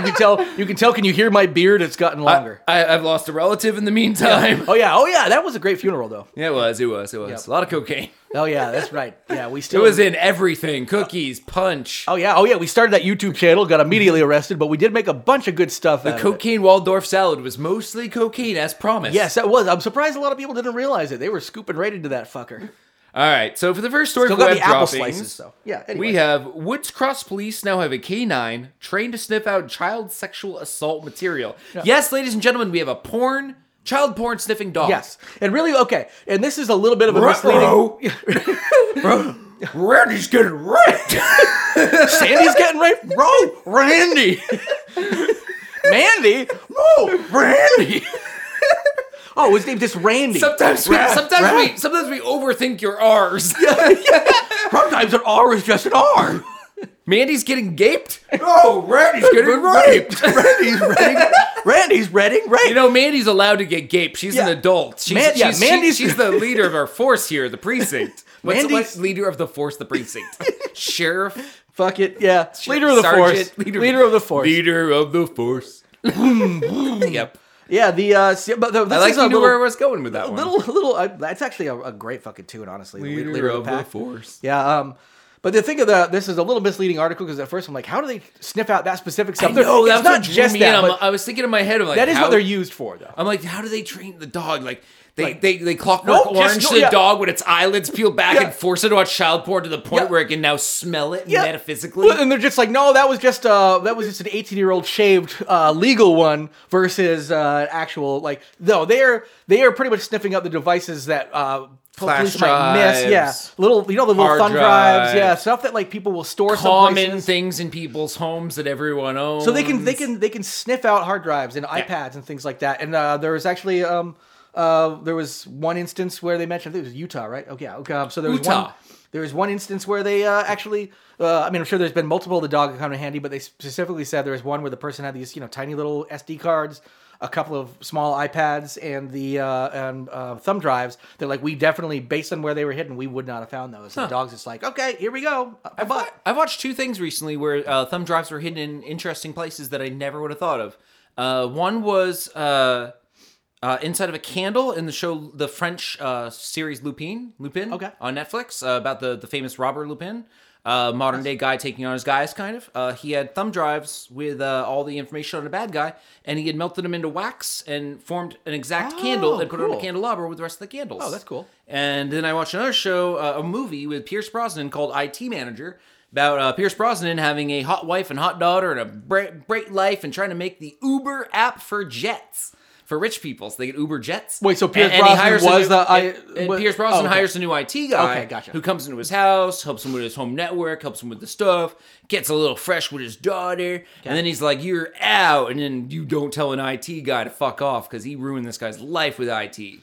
Speaker 3: can tell. You can tell. Can you hear my beard? It's gotten
Speaker 2: I,
Speaker 3: longer.
Speaker 2: I, I've lost a relative in the meantime.
Speaker 3: oh yeah. Oh yeah. That was a great funeral though.
Speaker 2: Yeah, it was. It was. It was.
Speaker 3: Yep.
Speaker 2: A lot of cocaine.
Speaker 3: Oh yeah. That's right. Yeah. We
Speaker 2: It
Speaker 3: still.
Speaker 2: was in everything cookies, punch.
Speaker 3: Oh yeah. Oh yeah. We started that YouTube channel. Got immediately arrested, but we did make a bunch of good stuff. out of it.
Speaker 2: Cocaine Waldorf salad was mostly cocaine, as promised.
Speaker 3: Yes, that was. I'm surprised a lot of people didn't realize it. They were scooping right into that fucker.
Speaker 2: All right. So for the first story
Speaker 3: Still
Speaker 2: for
Speaker 3: got
Speaker 2: web
Speaker 3: the apple
Speaker 2: droppings,
Speaker 3: slices though. Yeah. Anyway.
Speaker 2: we have Woods Cross police now have a K9 trained to sniff out child sexual assault material. Yes, ladies and gentlemen, we have a porn, child porn sniffing dog.
Speaker 3: Yes, and really okay. And this is a little bit of a misleading.
Speaker 2: Bro, bro, Randy's getting ripped.
Speaker 3: Sandy's getting raped? Bro, Randy. Mandy? No, Randy. oh, his name just Randy.
Speaker 2: Sometimes, we,
Speaker 3: Ra-
Speaker 2: sometimes
Speaker 3: ra-
Speaker 2: we, sometimes we overthink your R's.
Speaker 3: sometimes an R is just an R.
Speaker 2: Mandy's getting gaped.
Speaker 3: No, Randy's
Speaker 2: Oh, getting raped.
Speaker 3: Randy's Redding. Randy's Redding raped.
Speaker 2: You know, Mandy's allowed to get gaped. She's an
Speaker 3: Yeah.
Speaker 2: adult. She's,
Speaker 3: Man- yeah,
Speaker 2: she's, she-
Speaker 3: Mandy's-
Speaker 2: she's the leader of our force here, the precinct. What's,
Speaker 3: Mandy's-
Speaker 2: what's leader of the force, the precinct? Sheriff?
Speaker 3: Fuck it, yeah. Leader of the force.
Speaker 2: Sergeant?
Speaker 3: Leader, of the force.
Speaker 2: Leader of the force. yep.
Speaker 3: Yeah, the uh, see, but the, this
Speaker 2: I like
Speaker 3: is
Speaker 2: you
Speaker 3: a
Speaker 2: knew
Speaker 3: little,
Speaker 2: where I was going with that one.
Speaker 3: little, little. Uh, that's actually a, a great fucking tune, honestly. the
Speaker 2: leader, of the
Speaker 3: pack.
Speaker 2: force.
Speaker 3: Yeah. Um, but the thing of the this is a little misleading article because at first I'm like, how do they sniff out that specific stuff? They're-
Speaker 2: No,
Speaker 3: it's
Speaker 2: that's
Speaker 3: not
Speaker 2: what drew
Speaker 3: just
Speaker 2: me in.
Speaker 3: that.
Speaker 2: I'm-
Speaker 3: but
Speaker 2: I was thinking in my head, I'm like,
Speaker 3: that is
Speaker 2: how-
Speaker 3: what they're used for, though.
Speaker 2: I'm like, how do they train the dog? Like, They
Speaker 3: Like-
Speaker 2: they they clockwork
Speaker 3: Nope, just
Speaker 2: orange
Speaker 3: no-
Speaker 2: the
Speaker 3: yeah.
Speaker 2: dog when its eyelids peel back
Speaker 3: Yeah.
Speaker 2: and force it to watch child porn to the point
Speaker 3: Yeah.
Speaker 2: where it can now smell it
Speaker 3: Yeah.
Speaker 2: metaphysically.
Speaker 3: Well, and they're just like, no, that was just uh, that was just an 18 year old shaved uh, legal one versus uh, actual like no, they are they are pretty much sniffing up the devices that uh,
Speaker 2: Flash
Speaker 3: police might miss. Yeah,
Speaker 2: drives.
Speaker 3: little you know the little
Speaker 2: Hard
Speaker 3: thumb drives.
Speaker 2: drive.
Speaker 3: Yeah, stuff that like people will store
Speaker 2: Common
Speaker 3: someplaces.
Speaker 2: things in people's homes that everyone owns.
Speaker 3: So they can they can they can sniff out hard drives and iPads and things like that. And uh, there was actually um uh there was one instance where they mentioned I think it was Utah, right? Okay, yeah, okay. um, So there was
Speaker 2: Utah.
Speaker 3: one there was one instance where they uh, actually uh, I mean I'm sure there's been multiple of the dog that come in handy, but they specifically said there was one where the person had these you know tiny little SD cards. A couple of small iPads and the uh, and uh, thumb drives. They're like, we definitely, based on where they were hidden, we would not have found those. And the dog's just like, okay, here we go. I bought.
Speaker 2: I've watched two things recently where uh, thumb drives were hidden in interesting places that I never would have thought of. Uh, one was uh, uh, inside of a candle in the show, the French uh, series Lupin, Lupin,
Speaker 3: Okay.
Speaker 2: on Netflix uh, about the the famous robber Lupin, uh, modern day guy taking on his guys, kind of. Uh, he had thumb drives with uh, all the information on a bad guy, and he had melted them into wax and formed an exact candle
Speaker 3: Oh,
Speaker 2: and put it on a
Speaker 3: cool.
Speaker 2: candelabra with the rest of the candles.
Speaker 3: Oh, that's cool.
Speaker 2: And then I watched another show, uh, a movie with Pierce Brosnan called IT Manager about uh, Pierce Brosnan having a hot wife and hot daughter and a bright, bright life and trying to make the Uber app for jets. For rich people, so they get Uber jets.
Speaker 3: Wait, so Pierce
Speaker 2: he
Speaker 3: Brosnan
Speaker 2: hires a
Speaker 3: was
Speaker 2: new-
Speaker 3: the I-
Speaker 2: and- and
Speaker 3: wa-
Speaker 2: Pierce Brosnan
Speaker 3: oh, okay.
Speaker 2: hires a new IT guy.
Speaker 3: Okay, gotcha.
Speaker 2: Who comes into his house, helps him with his home network, helps him with the stuff, gets a little fresh with his daughter, and then he's like, "You're out," and then you don't tell an IT guy to fuck off because he ruined this guy's life with IT.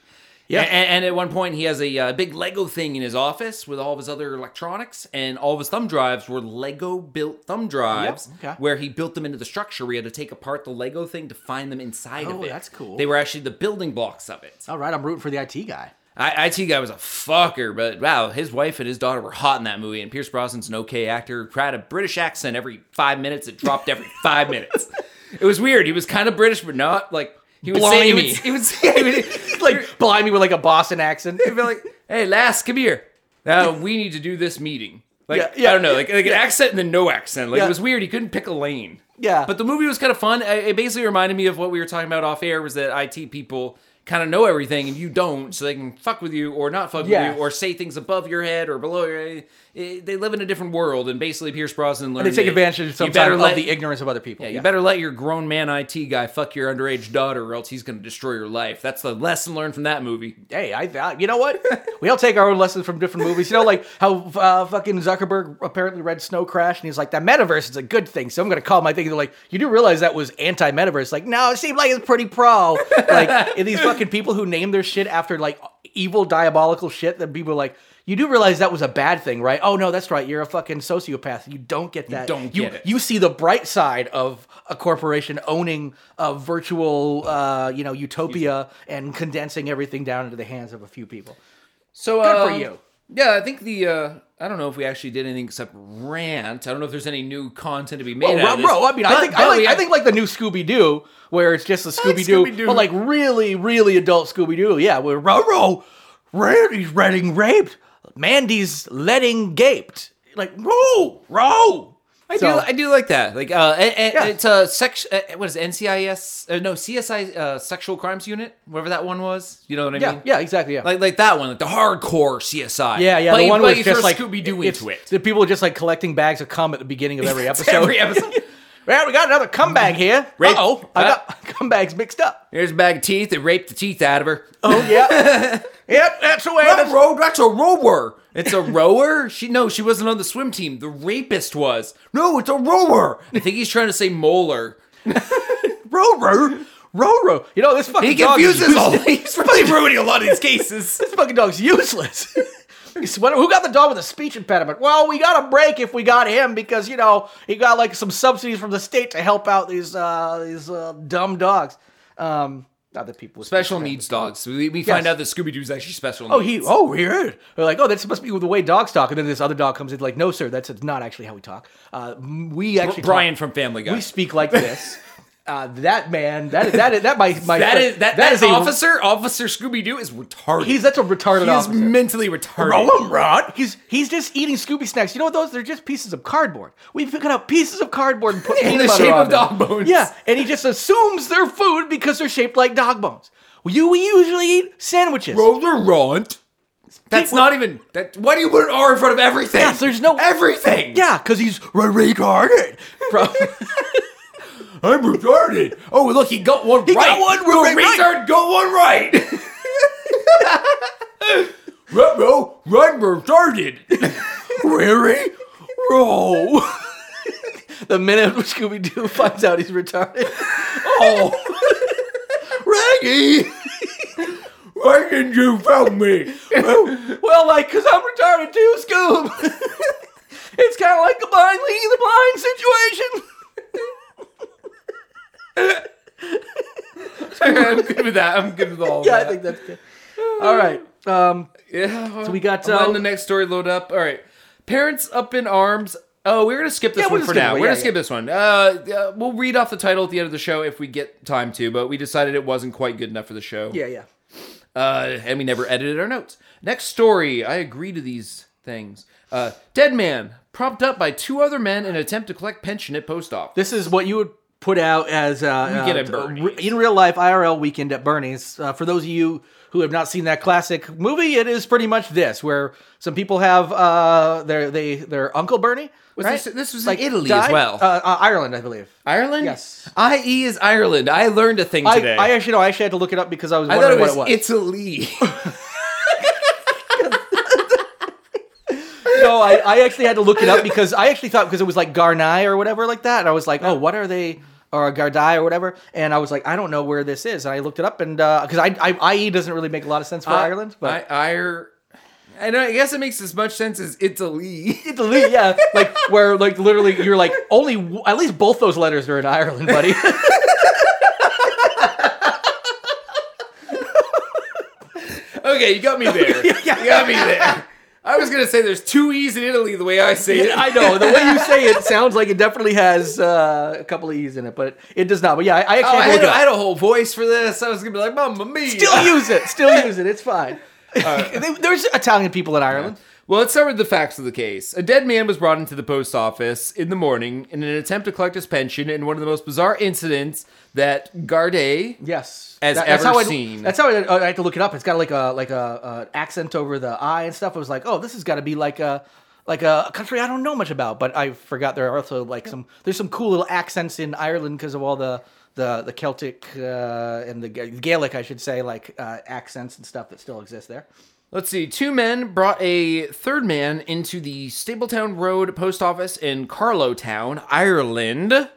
Speaker 3: Yeah.
Speaker 2: A- a- And, at one point, he has a uh, big Lego thing in his office with all of his other electronics, and all of his thumb drives were Lego built thumb drives,
Speaker 3: okay.
Speaker 2: where he built them into the structure. We had to take apart the Lego thing to find them inside of
Speaker 3: Oh,
Speaker 2: it.
Speaker 3: that's cool.
Speaker 2: They were actually the building blocks of it.
Speaker 3: All right, I'm rooting for the IT guy.
Speaker 2: I, IT guy was a fucker, but wow, his wife and his daughter were hot in that movie. And Pierce Brosnan's an okay actor, had a British accent every five minutes. It dropped every five minutes. It was weird. He was kind of British, but not like he would say. He would,
Speaker 3: Blimey.
Speaker 2: he would say. He would, like,
Speaker 3: like blind me with like a Boston accent.
Speaker 2: he'd be like, "Hey, lass, come here. Now we need to do this meeting." Like
Speaker 3: Yeah, yeah.
Speaker 2: I don't know, like, like an accent and then no accent. Like
Speaker 3: Yeah.
Speaker 2: it was weird. He couldn't pick a lane.
Speaker 3: Yeah.
Speaker 2: But the movie was kind of fun. I- It basically reminded me of what we were talking about off air was that IT people kind of know everything and you don't, so they can fuck with you or not fuck
Speaker 3: Yeah.
Speaker 2: with you or say things above your head or below your head. It- they live in a different world, and basically Pierce Brosnan learned
Speaker 3: They take
Speaker 2: that
Speaker 3: advantage
Speaker 2: you
Speaker 3: sometimes
Speaker 2: better
Speaker 3: of
Speaker 2: let-
Speaker 3: the ignorance of other people.
Speaker 2: yeah, you better let your grown man IT guy fuck your underage daughter, or else he's going to destroy your life. That's the lesson learned from that movie.
Speaker 3: Hey, I, I you know what? we all take our own lessons from different movies. You know, like how uh, fucking Zuckerberg apparently read Snow Crash and he's like, "That metaverse is a good thing." So I'm gonna call my thing. They're like, "You do realize that was anti-metaverse?" Like, no, it seemed like it's pretty pro. like and these fucking people who name their shit after like evil diabolical shit. Then people are like. You do realize that was a bad thing, right? Oh no, that's right. You're a fucking sociopath. You don't get that.
Speaker 2: don't
Speaker 3: you,
Speaker 2: get it.
Speaker 3: You see the bright side of a corporation owning a virtual, uh, you know, utopia and condensing everything down into the hands of a few people.
Speaker 2: So
Speaker 3: Good for
Speaker 2: um,
Speaker 3: you.
Speaker 2: Yeah, I think the uh, I don't know if we actually did anything except rant. I don't know if there's any new content to be made.
Speaker 3: Oh,
Speaker 2: out
Speaker 3: bro,
Speaker 2: of this.
Speaker 3: bro, I mean, I
Speaker 2: But-
Speaker 3: think, I,
Speaker 2: but
Speaker 3: like,
Speaker 2: we
Speaker 3: I
Speaker 2: have-
Speaker 3: think like the new Scooby Doo, where it's just the Scooby
Speaker 2: Scooby-Doo.
Speaker 3: Doo, but like really, really adult Scooby Doo. Yeah, where Roro, Randy's getting raped, Mandy's letting gaped. Like, whoa, Ro.
Speaker 2: I do I do like that. Like uh, a- a-
Speaker 3: Yeah.
Speaker 2: it's a section. Uh, what is it, NCIS? Uh, no, CSI uh, Sexual Crimes Unit, whatever that one was. You know what I
Speaker 3: Yeah,
Speaker 2: mean?
Speaker 3: yeah, exactly. Yeah.
Speaker 2: Mm. Like like that one, like the hardcore CSI.
Speaker 3: Yeah, yeah.
Speaker 2: But
Speaker 3: the
Speaker 2: you-
Speaker 3: one
Speaker 2: but
Speaker 3: where
Speaker 2: you
Speaker 3: it's just
Speaker 2: throw
Speaker 3: like
Speaker 2: Scooby Doo
Speaker 3: it's-
Speaker 2: into it.
Speaker 3: The people are just like collecting bags of cum at the beginning of every episode.
Speaker 2: every episode.
Speaker 3: well, we got another cum bag here.
Speaker 2: Rape.
Speaker 3: Oh, I got cum bags mixed up.
Speaker 2: Here's a bag of teeth. They raped the teeth out of her.
Speaker 3: Oh yeah, yep. That's the way.
Speaker 2: That row- that's a rower. It's a rower. She no, she wasn't on the swim team. The rapist was. No, it's a rower. I think he's trying to say molar.
Speaker 3: Roro, Roro. You know this fucking
Speaker 2: He
Speaker 3: dog is
Speaker 2: confuses all.
Speaker 3: useless.
Speaker 2: He's really ruining a lot of these cases.
Speaker 3: This fucking dog's useless. He's- what- Who got the dog with a speech impediment? Well, we got a break if we got him because you know he got like some subsidies from the state to help out these uh, these uh, dumb dogs. Um, not that people with speech
Speaker 2: Special needs dogs. We, we find out that Scooby Doo's actually special.
Speaker 3: Oh, he. Oh, weird. They're like, oh, that's supposed to be the way dogs talk, and then this other dog comes in, like, no, sir, that's not actually how we talk. Uh, m- we actually,
Speaker 2: Brian
Speaker 3: talk-
Speaker 2: from Family Guy.
Speaker 3: we speak like this. uh, that man, that that that my my
Speaker 2: That
Speaker 3: friend-
Speaker 2: is that, that is officer officer Scooby Doo is retarded.
Speaker 3: He's that's a retarded
Speaker 2: he is
Speaker 3: officer.
Speaker 2: mentally retarded.
Speaker 3: Rod. He's he's just eating Scooby snacks. You know what those? They're just pieces of cardboard. We pick up pieces of cardboard and put
Speaker 2: In
Speaker 3: peanut
Speaker 2: the
Speaker 3: butter
Speaker 2: shape
Speaker 3: on
Speaker 2: of dog
Speaker 3: them.
Speaker 2: bones.
Speaker 3: Yeah, and he just assumes they're food because they're shaped like dog bones. You we usually eat sandwiches.
Speaker 2: Roller runt. That's
Speaker 3: People-
Speaker 2: not even. That, why do you put an R in front of everything?
Speaker 3: Yes, there's no-
Speaker 2: everything.
Speaker 3: Yeah, because he's re- retarded. Bro,
Speaker 2: I'm retarded. Oh, look, he got one
Speaker 3: got
Speaker 2: right.
Speaker 3: one
Speaker 2: the
Speaker 3: right, right.
Speaker 2: retard got one right. Run, bro, run, retarded. Really? Bro.
Speaker 3: the minute Scooby Doo finds out he's retarded,
Speaker 2: Oh. Reggie. Why didn't you phone me?
Speaker 3: well, like, cause I'm retarded too, Scoob. it's kind of like the blind leading the blind situation.
Speaker 2: Oh, I'm good with that. I'm good with all
Speaker 3: yeah, I
Speaker 2: that.
Speaker 3: think that's good. All right. Um,
Speaker 2: Yeah. So
Speaker 3: we got,
Speaker 2: I'm letting
Speaker 3: uh,
Speaker 2: the next story load up. All right. Parents up in arms. Oh, we're gonna skip this
Speaker 3: Yeah,
Speaker 2: one
Speaker 3: we'll just
Speaker 2: for
Speaker 3: skip it.
Speaker 2: now. We're
Speaker 3: Yeah,
Speaker 2: gonna
Speaker 3: yeah.
Speaker 2: skip this one. Uh, uh, we'll read off the title at the end of the show if we get time to, but we decided it wasn't quite good enough for the show.
Speaker 3: yeah, yeah.
Speaker 2: Uh, and we never edited our notes. Next story. I agree to these things. Uh, dead man propped up by two other men in attempt to collect pension at post office.
Speaker 3: This is what you would put out as uh,
Speaker 2: Weekend
Speaker 3: uh,
Speaker 2: at Bernie's.
Speaker 3: re- in real life IRL weekend at Bernie's. Uh, for those of you who have not seen that classic movie, it is pretty much this, where some people have uh, their they their uncle Bernie.
Speaker 2: Was
Speaker 3: right?
Speaker 2: this- this was in Italy
Speaker 3: died?
Speaker 2: as well.
Speaker 3: uh, uh, Ireland, I believe.
Speaker 2: Ireland.
Speaker 3: Yes.
Speaker 2: IE is Ireland. I learned a thing
Speaker 3: I,
Speaker 2: today.
Speaker 3: I actually know. I actually had to look it up because I was
Speaker 2: I
Speaker 3: wondering
Speaker 2: thought it was,
Speaker 3: what it was.
Speaker 2: Italy.
Speaker 3: no, I, I actually had to look it up because I actually thought because it was like Garnai or whatever like that, and I was like, oh, what are they? Or Gardai or whatever, and I was like, I don't know where this is, and I looked it up, and because I, I IE doesn't really make a lot of sense for Ireland, but
Speaker 2: I, Ire. I know. I guess it makes as much sense as Italy.
Speaker 3: Italy, yeah, like where like literally you're like only w- at least both those letters are in Ireland, buddy.
Speaker 2: okay, you got me there. You got me there. I was gonna say there's two e's in Italy the way I say it.
Speaker 3: I know the way you say it sounds like it definitely has uh, a couple of e's in it, but it does not. But yeah, I, I
Speaker 2: Oh,
Speaker 3: actually
Speaker 2: I,
Speaker 3: had
Speaker 2: had
Speaker 3: to look it
Speaker 2: a,
Speaker 3: up.
Speaker 2: I had a whole voice for this. I was gonna be like, "Mamma mia!"
Speaker 3: still use it, still use it. It's fine. They- There's Italian people in Ireland.
Speaker 2: Well, let's start with the facts of the case. A dead man was brought into the post office in the morning in an attempt to collect his pension in one of the most bizarre incidents that Garde.
Speaker 3: Yes,
Speaker 2: As
Speaker 3: that's
Speaker 2: ever
Speaker 3: how I-
Speaker 2: seen.
Speaker 3: That's how I, I had to look it up. It's got like a like a, a accent over the I and stuff. I was like, oh, this has got to be like a like a country I don't know much about. But I forgot there are also like some there's some cool little accents in Ireland because of all the the the Celtic uh, and the Ga- Gaelic, I should say, like uh, accents and stuff that still exist there.
Speaker 2: Let's see. Two men brought a third man into the Stapletown Road post office in Carlowtown, Ireland.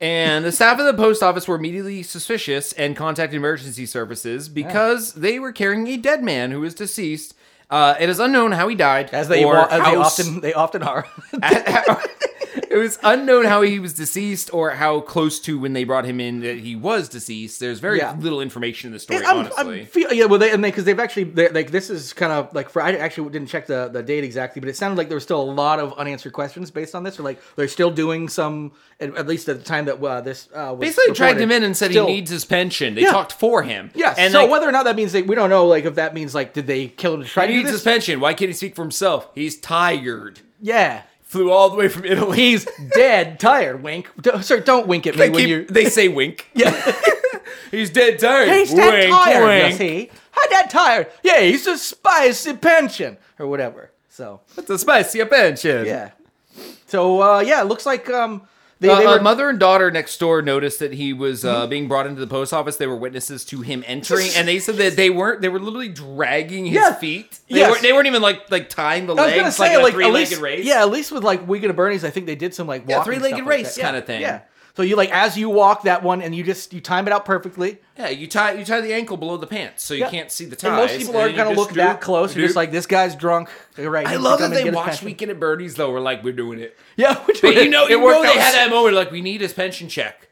Speaker 2: And the staff of the post office were immediately suspicious and contacted emergency services because they were carrying a dead man who was deceased. Uh, it is unknown how he died.
Speaker 3: As they,
Speaker 2: or
Speaker 3: wa- as they
Speaker 2: how
Speaker 3: often they often are.
Speaker 2: it was unknown how he was deceased or how close to when they brought him in that he was deceased. There's very
Speaker 3: Yeah.
Speaker 2: little information in the story,
Speaker 3: I'm,
Speaker 2: honestly.
Speaker 3: I'm feel, yeah, well, they, and they because they've actually they're, like this is kind of like for I actually didn't check the, the date exactly, but it sounded like there was still a lot of unanswered questions based on this, or like they're still doing some at, at least at the time that uh, this uh, was
Speaker 2: Basically dragged him in and said
Speaker 3: still-
Speaker 2: he needs his pension. They
Speaker 3: Yeah.
Speaker 2: talked for him.
Speaker 3: Yes,
Speaker 2: And
Speaker 3: so
Speaker 2: like,
Speaker 3: whether or not that means that we don't know, like if that means like did they kill him to try
Speaker 2: he
Speaker 3: to do
Speaker 2: needs
Speaker 3: this?
Speaker 2: his pension. Why can't he speak for himself? He's tired.
Speaker 3: yeah,
Speaker 2: Flew all the way from Italy.
Speaker 3: he's dead, tired. Wink, D- sir, don't wink at me
Speaker 2: they,
Speaker 3: when
Speaker 2: keep-
Speaker 3: you.
Speaker 2: they say wink.
Speaker 3: Yeah,
Speaker 2: He's dead tired.
Speaker 3: he's dead
Speaker 2: Wink,
Speaker 3: tired.
Speaker 2: wink.
Speaker 3: You see, how dead tired? Yeah, he's a spicy pension or whatever. So
Speaker 2: That's a spicy pension.
Speaker 3: Yeah. So uh, yeah, it looks like um they,
Speaker 2: Uh,
Speaker 3: they
Speaker 2: uh,
Speaker 3: were Mm-hmm.
Speaker 2: mother and daughter next door noticed that he was uh, being brought into the post office. They were witnesses to him entering, and they said that they weren't. They were literally dragging his
Speaker 3: Yeah.
Speaker 2: feet. They,
Speaker 3: Yes.
Speaker 2: weren't, they weren't even like like tying the
Speaker 3: I was
Speaker 2: legs
Speaker 3: gonna say
Speaker 2: like, a
Speaker 3: like, at
Speaker 2: three-legged
Speaker 3: least
Speaker 2: race.
Speaker 3: yeah at least with like Weekend of Bernie's I think they did some like
Speaker 2: Yeah,
Speaker 3: walking
Speaker 2: three-legged
Speaker 3: stuff
Speaker 2: race
Speaker 3: like that. Yeah,
Speaker 2: kinda thing.
Speaker 3: yeah so you like as you walk that one and you just you time it out perfectly
Speaker 2: yeah. You tie you tie the ankle below the pants, so you
Speaker 3: Yeah.
Speaker 2: can't see the ties.
Speaker 3: and most people
Speaker 2: and
Speaker 3: aren't
Speaker 2: then you
Speaker 3: gonna
Speaker 2: just
Speaker 3: look that
Speaker 2: doop,
Speaker 3: close you're just
Speaker 2: doop.
Speaker 3: like this guy's drunk You're right
Speaker 2: I
Speaker 3: he's
Speaker 2: love
Speaker 3: gonna
Speaker 2: that they
Speaker 3: get his
Speaker 2: watched
Speaker 3: pension.
Speaker 2: Weekend at Bernie's though. We're like, we're doing it.
Speaker 3: yeah which
Speaker 2: But you know, you know
Speaker 3: worked
Speaker 2: they
Speaker 3: out.
Speaker 2: had that moment like we need his pension check.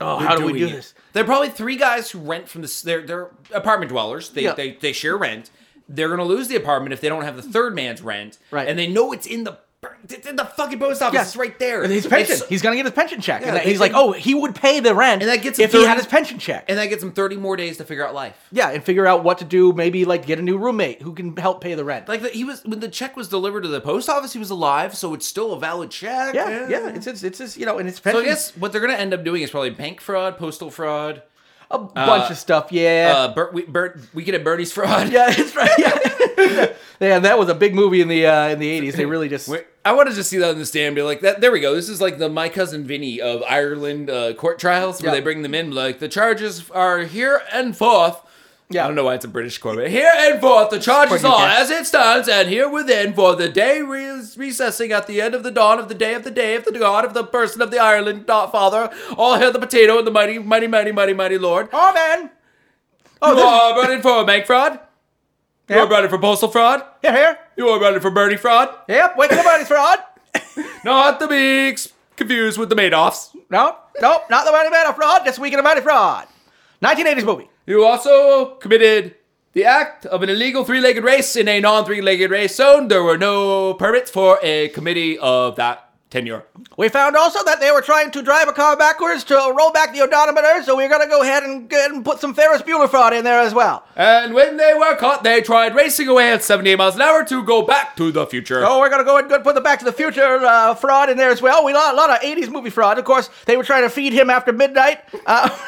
Speaker 3: oh
Speaker 2: We're
Speaker 3: how do we
Speaker 2: doing
Speaker 3: do
Speaker 2: it.
Speaker 3: this
Speaker 2: They're probably three guys who rent from the they're, they're apartment dwellers. They,
Speaker 3: Yeah.
Speaker 2: they they share rent. They're gonna lose the apartment if they don't have the third man's rent.
Speaker 3: Right.
Speaker 2: And they know it's in the It's in the fucking post office.
Speaker 3: Yeah.
Speaker 2: It's right there.
Speaker 3: And his pension.
Speaker 2: It's-
Speaker 3: he's gonna get his pension check.
Speaker 2: Yeah,
Speaker 3: and that-
Speaker 2: they
Speaker 3: he's like,
Speaker 2: can-
Speaker 3: oh, he would pay the rent.
Speaker 2: And that gets him
Speaker 3: if he had
Speaker 2: 30
Speaker 3: his pension check.
Speaker 2: and that gets him 30 more days to figure out life.
Speaker 3: yeah, and figure out what to do. Maybe like get a new roommate who can help pay the rent.
Speaker 2: Like the, he was when the check was delivered to the post office, he was alive, so it's still a valid check.
Speaker 3: yeah, yeah. It's it's it's just, you know, and it's
Speaker 2: so I
Speaker 3: pension.
Speaker 2: guess what they're gonna end up doing is probably bank fraud, postal fraud,
Speaker 3: a bunch of stuff. Yeah.
Speaker 2: uh, Bert, we, Bert, weekend at Bernie's fraud.
Speaker 3: yeah, it's right. Yeah. yeah, that was a big movie in the uh, in the eighties. They really just
Speaker 2: Wait, I want to just see that in the stand. Be like, that. There we go. This is like the my cousin Vinny of Ireland uh, court trials, where
Speaker 3: Yeah.
Speaker 2: they bring them in. Like the charges are here and forth.
Speaker 3: Yeah.
Speaker 2: I don't know why it's a British quote. But here and forth, the charges
Speaker 3: Pardon me,
Speaker 2: are
Speaker 3: Ken.
Speaker 2: as it stands, and here within for the day re- recessing at the end of the dawn of the day of the day of the god of the person of the Ireland da- father. All hail the potato and the mighty, mighty, mighty, mighty, mighty Lord.
Speaker 3: Oh man.
Speaker 2: Oh, you
Speaker 3: this is-
Speaker 2: are brought in for bank fraud. You are
Speaker 3: Yep.
Speaker 2: brought in for postal fraud.
Speaker 3: Here, here.
Speaker 2: You are brought in for Bernie fraud.
Speaker 3: Yep, wait, nobody's fraud.
Speaker 2: Not to be ex- confused with the Madoffs.
Speaker 3: No, no, not the mighty man of fraud. This week in the mighty fraud. 1980s movie.
Speaker 2: You also committed the act of an illegal three legged race in a non three legged race zone. There were no permits for a committee of that tenure.
Speaker 3: We found also that they were trying to drive a car backwards to roll back the odometer, so we are going to go ahead and, go ahead and put some Ferris Bueller fraud in there as well.
Speaker 2: And when they were caught, they tried racing away at 78 miles an hour to go back to the future.
Speaker 3: Oh, we're going to go ahead and put the Back to the Future uh, fraud in there as well. We got a lot of 80s movie fraud. Of course, they were trying to feed him after midnight. Uh,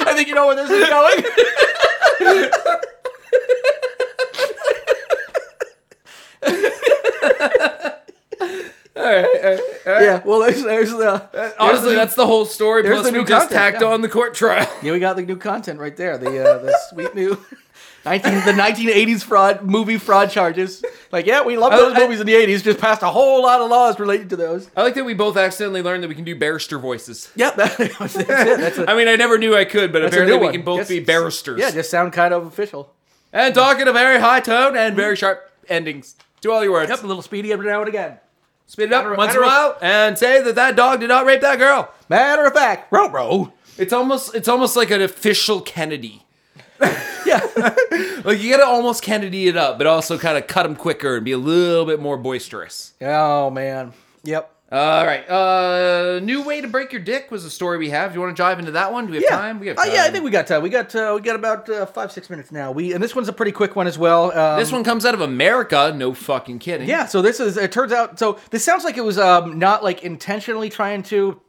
Speaker 3: I think you know where this is going. Yeah, well, there's, there's the.
Speaker 2: Honestly, that's the whole story.
Speaker 3: there's
Speaker 2: Plus,
Speaker 3: the new
Speaker 2: we just
Speaker 3: content,
Speaker 2: tacked
Speaker 3: yeah.
Speaker 2: on the court trial.
Speaker 3: Yeah, we got the new content right there. The uh, the sweet new 19 the 1980s fraud movie fraud charges. Like, yeah, we love those
Speaker 2: I-
Speaker 3: movies in the 80s. Just passed a whole lot of laws related to those.
Speaker 2: I like that we both accidentally learned that we can do barrister voices.
Speaker 3: Yep, that, that's it. That's a,
Speaker 2: I mean, I never knew I could, but
Speaker 3: that's a
Speaker 2: apparently
Speaker 3: new
Speaker 2: we
Speaker 3: one.
Speaker 2: can both
Speaker 3: Just-
Speaker 2: be barristers.
Speaker 3: Yeah, just sound kind of official.
Speaker 2: and talk in a very high tone and very sharp endings to all your words.
Speaker 3: Yep, a little speedy every now and again.
Speaker 2: Speed it up
Speaker 3: Matter of-
Speaker 2: once in a
Speaker 3: matter
Speaker 2: while and say that that dog did not rape that girl.
Speaker 3: Matter of fact, row row.
Speaker 2: It's almost it's almost like an official Kennedy.
Speaker 3: Yeah,
Speaker 2: Like you gotta almost Kennedy it up, but also kind of cut him quicker and be a little bit more boisterous.
Speaker 3: Oh man. Yep.
Speaker 2: All right. Uh, new way to break your dick was a story we have. Do you want to dive into that one? Do we have time? We have
Speaker 3: Uh,
Speaker 2: time.
Speaker 3: yeah, I think we got time. We got uh, we got about uh, five six minutes now. We and this one's a pretty quick one as well. Um,
Speaker 2: this one comes out of America. No fucking kidding.
Speaker 3: Yeah. So this is. It turns out. So this sounds like it was um not like intentionally trying to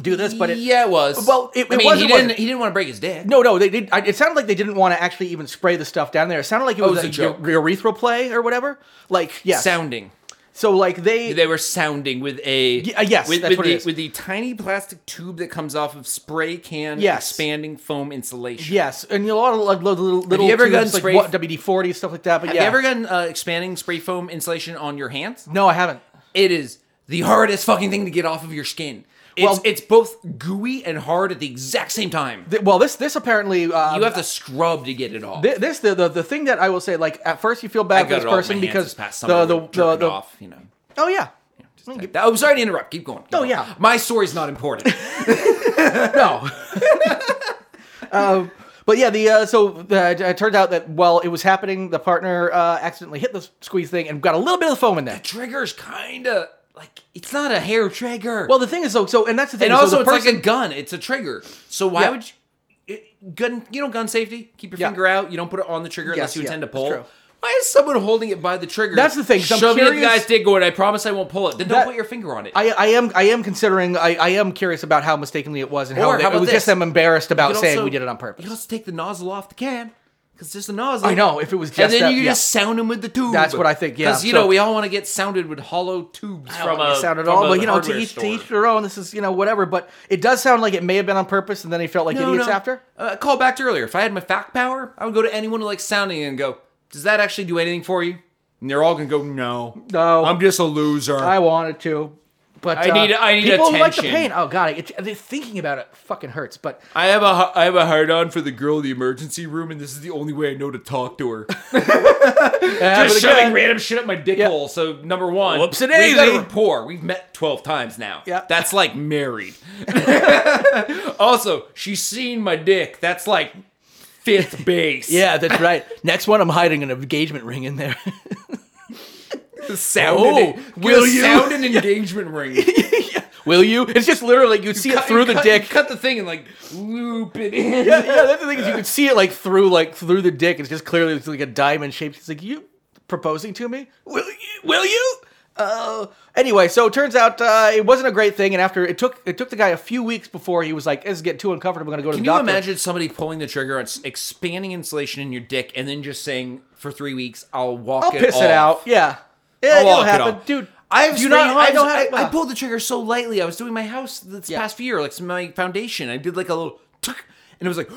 Speaker 3: do this, but it.
Speaker 2: yeah, it was.
Speaker 3: Well, it-
Speaker 2: I
Speaker 3: it
Speaker 2: mean,
Speaker 3: was,
Speaker 2: he
Speaker 3: it
Speaker 2: didn't.
Speaker 3: wasn't.
Speaker 2: He didn't want to break his dick.
Speaker 3: No, no, they did. I- It sounded like they didn't want to actually even spray the stuff down there. It sounded like it was,
Speaker 2: Oh, was a
Speaker 3: a
Speaker 2: joke.
Speaker 3: ure- urethral play or whatever. Like, yeah.
Speaker 2: sounding.
Speaker 3: so like they,
Speaker 2: They were sounding with a
Speaker 3: Y- uh, yes,
Speaker 2: with,
Speaker 3: that's
Speaker 2: with
Speaker 3: what it
Speaker 2: the,
Speaker 3: is.
Speaker 2: with the tiny plastic tube that comes off of spray can
Speaker 3: Yes.
Speaker 2: expanding foam insulation.
Speaker 3: yes, and a lot of like little little, little
Speaker 2: you ever
Speaker 3: tubes,
Speaker 2: gotten
Speaker 3: like
Speaker 2: spray-
Speaker 3: what, WD forty stuff like that. But
Speaker 2: Have
Speaker 3: yeah,
Speaker 2: you ever gotten uh, expanding spray foam insulation on your hands?
Speaker 3: no, I haven't.
Speaker 2: It is the hardest fucking thing to get off of your skin. It's,
Speaker 3: Well-
Speaker 2: it's both gooey and hard at the exact same time.
Speaker 3: Th- Well, this this apparently uh,
Speaker 2: you have to scrub to get it off.
Speaker 3: Thi- This the, the the thing that I will say like at first you feel
Speaker 2: I
Speaker 3: bad for
Speaker 2: got
Speaker 3: this
Speaker 2: it off my
Speaker 3: person
Speaker 2: hands
Speaker 3: because
Speaker 2: this past
Speaker 3: the
Speaker 2: summer.
Speaker 3: the, the,
Speaker 2: jerking
Speaker 3: the
Speaker 2: off, you know.
Speaker 3: oh yeah
Speaker 2: Just like that. Oh, sorry to interrupt. Keep going. Keep
Speaker 3: Oh,
Speaker 2: going.
Speaker 3: yeah.
Speaker 2: my story's not important.
Speaker 3: no. um, but yeah, the uh, so uh, it turned out that while it was happening, the partner uh, accidentally hit the squeeze thing and got a little bit of the foam in there.
Speaker 2: Trigger's kind of like it's not a hair trigger.
Speaker 3: Well, the thing is though, so and that's the thing.
Speaker 2: and
Speaker 3: so
Speaker 2: also
Speaker 3: the
Speaker 2: it's
Speaker 3: person-
Speaker 2: like a gun it's a trigger so why
Speaker 3: Yeah.
Speaker 2: would you it, gun you know gun safety keep your
Speaker 3: Yeah.
Speaker 2: finger out you don't put it on the trigger unless
Speaker 3: Yes,
Speaker 2: you
Speaker 3: yeah,
Speaker 2: intend to
Speaker 3: that's
Speaker 2: pull
Speaker 3: true.
Speaker 2: why is someone holding it by the trigger
Speaker 3: That's the thing, 'cause I'm
Speaker 2: shoving it at the
Speaker 3: curious-
Speaker 2: guy's dick going i promise i won't pull it then don't
Speaker 3: That-
Speaker 2: put your finger on it
Speaker 3: I, I am I am considering I, I am curious about how mistakenly it was and
Speaker 2: Or
Speaker 3: how, they,
Speaker 2: how
Speaker 3: it
Speaker 2: about
Speaker 3: was
Speaker 2: this?
Speaker 3: just them embarrassed
Speaker 2: You
Speaker 3: about
Speaker 2: could
Speaker 3: saying
Speaker 2: also-
Speaker 3: we did it on
Speaker 2: you
Speaker 3: purpose.
Speaker 2: could also take the nozzle off the can because just a nozzle
Speaker 3: I know if it was just
Speaker 2: and then
Speaker 3: that,
Speaker 2: you
Speaker 3: yeah.
Speaker 2: just sound him with the tube.
Speaker 3: That's what I think, yeah.
Speaker 2: because you
Speaker 3: So-
Speaker 2: know we all want to get sounded with hollow tubes
Speaker 3: I don't
Speaker 2: from
Speaker 3: like
Speaker 2: a
Speaker 3: the sound at
Speaker 2: from
Speaker 3: all,
Speaker 2: a
Speaker 3: but you know, to
Speaker 2: hardware
Speaker 3: each, to
Speaker 2: store.
Speaker 3: each their own. This is you know whatever, but it does sound like it may have been on purpose, and then he felt like idiots after.
Speaker 2: Uh, call back to earlier. If I had my fact power, I would go to anyone who likes sounding and go, "Does that actually do anything for you?" And they're all gonna go, "No,
Speaker 3: No.
Speaker 2: I'm just a loser."
Speaker 3: I wanted to, but
Speaker 2: I
Speaker 3: uh,
Speaker 2: need- I need
Speaker 3: people who like the
Speaker 2: attention.
Speaker 3: pain. Oh god, it, it, thinking about it fucking hurts. But
Speaker 2: I have a hu- I have a hard on for the girl in the emergency room, and this is the only way I know to talk to her. just shoving random shit up my dick
Speaker 3: Yeah.
Speaker 2: hole. So number one,
Speaker 3: Whoops, it
Speaker 2: we've got a
Speaker 3: daisy.
Speaker 2: rapport. We've met twelve times now.
Speaker 3: Yeah.
Speaker 2: that's like married. also, she's seen my dick. That's like fifth base.
Speaker 3: Yeah, that's right. Next one, I'm hiding an engagement ring in there.
Speaker 2: Sounded
Speaker 3: Oh,
Speaker 2: it-
Speaker 3: will
Speaker 2: get a
Speaker 3: you?
Speaker 2: sound an engagement ring?
Speaker 3: Will you? It's just literally you'd see it through the
Speaker 2: cut,
Speaker 3: dick.
Speaker 2: Cut the thing and like loop it in.
Speaker 3: yeah, yeah. That's the thing is you could see it like through like through the dick. It's just clearly it's like a diamond shape. It's like you proposing to me. Will you? Will you? Uh, anyway, so it turns out uh, it wasn't a great thing, and after it took it took the guy a few weeks before he was like, "This is getting too uncomfortable. I'm gonna go to
Speaker 2: Can
Speaker 3: the
Speaker 2: you
Speaker 3: doctor."
Speaker 2: imagine somebody pulling the trigger on s- expanding insulation in your dick and then just saying for three weeks, "I'll walk
Speaker 3: I'll
Speaker 2: it
Speaker 3: piss
Speaker 2: off.
Speaker 3: it out. Yeah, yeah,
Speaker 2: I'll
Speaker 3: it'll
Speaker 2: walk it
Speaker 3: happen,
Speaker 2: off.
Speaker 3: dude.
Speaker 2: I've
Speaker 3: do you
Speaker 2: spray-
Speaker 3: not? I
Speaker 2: I've-
Speaker 3: don't have.
Speaker 2: I, I pulled the trigger so lightly. I was doing my house this
Speaker 3: Yeah.
Speaker 2: past year, like my foundation. I did like a little tuck, and it was like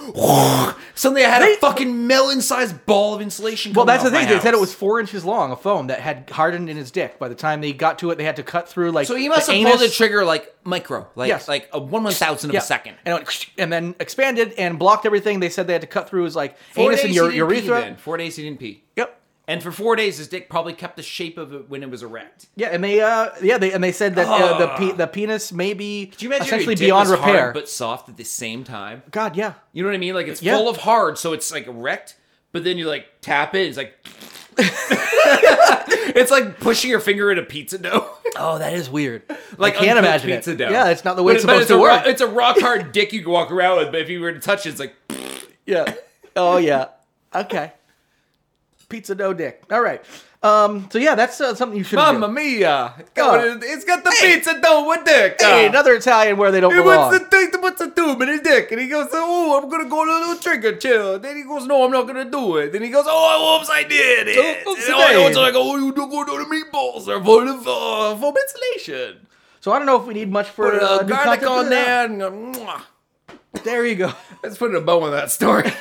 Speaker 2: suddenly I had
Speaker 3: They-
Speaker 2: a fucking melon-sized ball of insulation.
Speaker 3: Well,
Speaker 2: coming
Speaker 3: that's the
Speaker 2: off my
Speaker 3: thing. They said it
Speaker 2: house.
Speaker 3: was four inches long, a foam that had hardened in his dick. By the time they got to it, they had to cut through like.
Speaker 2: So he must
Speaker 3: the
Speaker 2: have
Speaker 3: anus.
Speaker 2: pulled the trigger like micro, like
Speaker 3: Yes.
Speaker 2: like a one one thousandth of a second.
Speaker 3: and, it went, and then expanded and blocked everything. They said they had to cut through his like anus and
Speaker 2: he
Speaker 3: your
Speaker 2: didn't pee
Speaker 3: urethra.
Speaker 2: then. Four days he didn't pee.
Speaker 3: Yep.
Speaker 2: And for four days, his dick probably kept the shape of it when it was erect.
Speaker 3: Yeah, and they uh yeah they and they said that uh, the pe- the penis may be
Speaker 2: Do you imagine if
Speaker 3: essentially
Speaker 2: your dick
Speaker 3: beyond
Speaker 2: was
Speaker 3: repair.
Speaker 2: hard, but soft at the same time?
Speaker 3: God, yeah.
Speaker 2: You know what I mean? Like it's
Speaker 3: Yeah.
Speaker 2: full of hard, so it's like erect, but then you like tap it, it's like it's like pushing your finger in a pizza dough.
Speaker 3: Oh, that is weird.
Speaker 2: like
Speaker 3: I
Speaker 2: uncooked
Speaker 3: can't imagine it.
Speaker 2: pizza dough.
Speaker 3: Yeah, it's not the way
Speaker 2: But-
Speaker 3: it's
Speaker 2: but
Speaker 3: supposed to
Speaker 2: a ro-
Speaker 3: work.
Speaker 2: it's a rock hard dick you can walk around with, but if you were to touch it, it's like
Speaker 3: Yeah. Oh yeah. Okay. Pizza dough dick. All right. Um. So yeah, that's uh, something you should.
Speaker 2: Mamma mia! It's got-
Speaker 3: Oh.
Speaker 2: It's got the pizza dough with dick.
Speaker 3: Hey,
Speaker 2: Ah.
Speaker 3: another Italian where they don't
Speaker 2: He
Speaker 3: belong.
Speaker 2: wants to take the what's a tube in his dick, and he goes, "Oh, I'm gonna go to a little trigger chill." Then he goes, "No, I'm not gonna do it." Then he goes, "Oh, I whoops, I did it."
Speaker 3: Oh, oops,
Speaker 2: and I know it's
Speaker 3: I
Speaker 2: like, "Oh, you don't go to the meatballs or for the for, for uh, insulation."
Speaker 3: So I don't know if we need much for
Speaker 2: Put
Speaker 3: uh,
Speaker 2: uh,
Speaker 3: new
Speaker 2: garlic
Speaker 3: content.
Speaker 2: on there, and go, "Mwah."
Speaker 3: There you go.
Speaker 2: let's put a bow on that story.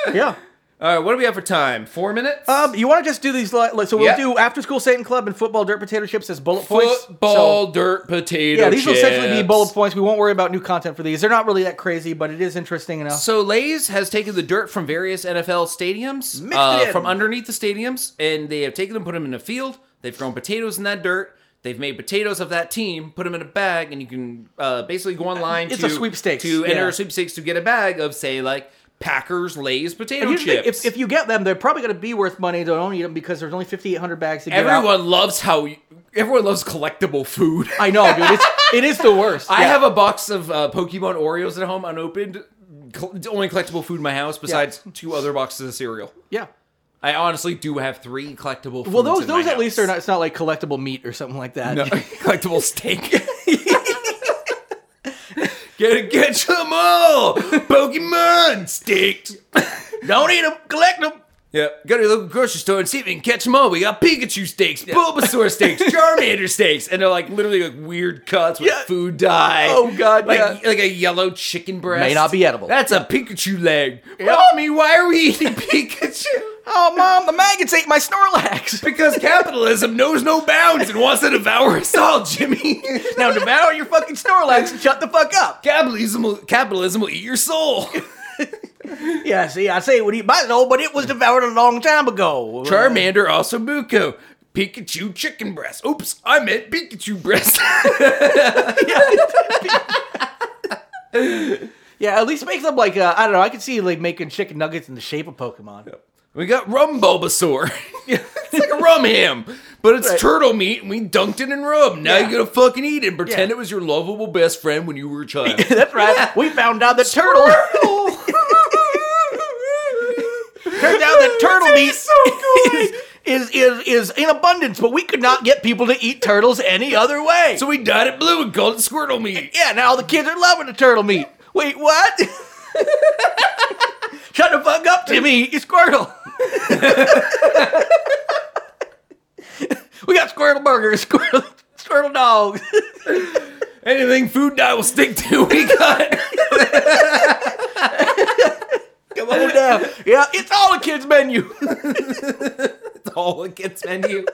Speaker 3: yeah.
Speaker 2: All right, what do we have for time? Four minutes.
Speaker 3: Um, you want to just do these? Like, like, so we'll
Speaker 2: Yeah.
Speaker 3: do after school Satan Club and football dirt potato chips as bullet points.
Speaker 2: Football,
Speaker 3: So,
Speaker 2: dirt, potato.
Speaker 3: yeah, these will essentially be
Speaker 2: chips.
Speaker 3: bullet points. We won't worry about new content for these. They're not really that crazy, but it is interesting enough.
Speaker 2: So Lays has taken the dirt from various NFL stadiums,
Speaker 3: Mixed
Speaker 2: uh,
Speaker 3: in.
Speaker 2: from underneath the stadiums, and they have taken them, put them in a field. They've grown potatoes in that dirt. They've made potatoes of that team, put them in a bag, and you can uh, basically go online.
Speaker 3: It's
Speaker 2: to,
Speaker 3: a sweepstakes,
Speaker 2: to enter
Speaker 3: yeah.
Speaker 2: a sweepstakes to get a bag of say like Packers Lays potato
Speaker 3: Here's the thing,
Speaker 2: chips.
Speaker 3: if, if you get them, they're probably going to be worth money. Don't eat them because there's only 5,800 bags to get out.
Speaker 2: everyone loves how everyone loves collectible food.
Speaker 3: I know, dude. It's, it is the worst.
Speaker 2: I
Speaker 3: Yeah.
Speaker 2: have a box of uh, Pokemon Oreos at home, unopened. Col- it's only collectible food in my house, besides two other boxes of cereal.
Speaker 3: yeah.
Speaker 2: I honestly do have three collectible. foods
Speaker 3: Well, those
Speaker 2: in my
Speaker 3: those at least
Speaker 2: house.
Speaker 3: are not. It's not like collectible meat or something like that.
Speaker 2: No, collectible steak. Gotta catch them all, Pokemon steaks.
Speaker 3: Don't eat them. Collect them.
Speaker 2: Yep. Go to the local grocery store and see if you can catch them all. We got Pikachu steaks, Bulbasaur steaks, Charmander steaks, and they're like literally like weird cuts with
Speaker 3: Yeah.
Speaker 2: food dye.
Speaker 3: Oh, God,
Speaker 2: like
Speaker 3: yeah.
Speaker 2: like a yellow chicken breast
Speaker 3: May not be edible.
Speaker 2: That's a Pikachu leg. Mommy, why are we eating Pikachu?
Speaker 3: Oh, mom, the maggots ate my Snorlax.
Speaker 2: Because capitalism knows no bounds and wants to devour us all, Jimmy.
Speaker 3: now devour your fucking Snorlax and shut the fuck up.
Speaker 2: capitalism will, capitalism will eat your soul.
Speaker 3: Yeah, see, I say it would eat my soul, but it was devoured a long time ago.
Speaker 2: Charmander also buko. Pikachu chicken breast. Oops, I meant Pikachu breast.
Speaker 3: Yeah, at least make them like uh, I don't know. I could see like making chicken nuggets in the shape of Pokemon.
Speaker 2: we got rum Bulbasaur. it's like a rum ham, but it's
Speaker 3: Right.
Speaker 2: turtle meat and we dunked it in rum. Now
Speaker 3: Yeah.
Speaker 2: you're gonna fucking eat it and pretend
Speaker 3: Yeah.
Speaker 2: it was your lovable best friend when you were a child.
Speaker 3: That's right. We found out that turtle. Turned out that turtle meat is, is is in abundance, but we could not get people to eat turtles any other way.
Speaker 2: so we dyed it blue and called it squirtle meat.
Speaker 3: Yeah, now the kids are loving the turtle meat. Wait, what? Shut the fuck up, Jimmy. Eat your Squirtle. we got Squirtle burgers, Squirtle, Squirtle dogs.
Speaker 2: Anything food dye will stick to, we got.
Speaker 3: Come on down. Yeah, it's all the kids' menu.
Speaker 2: all it gets menu.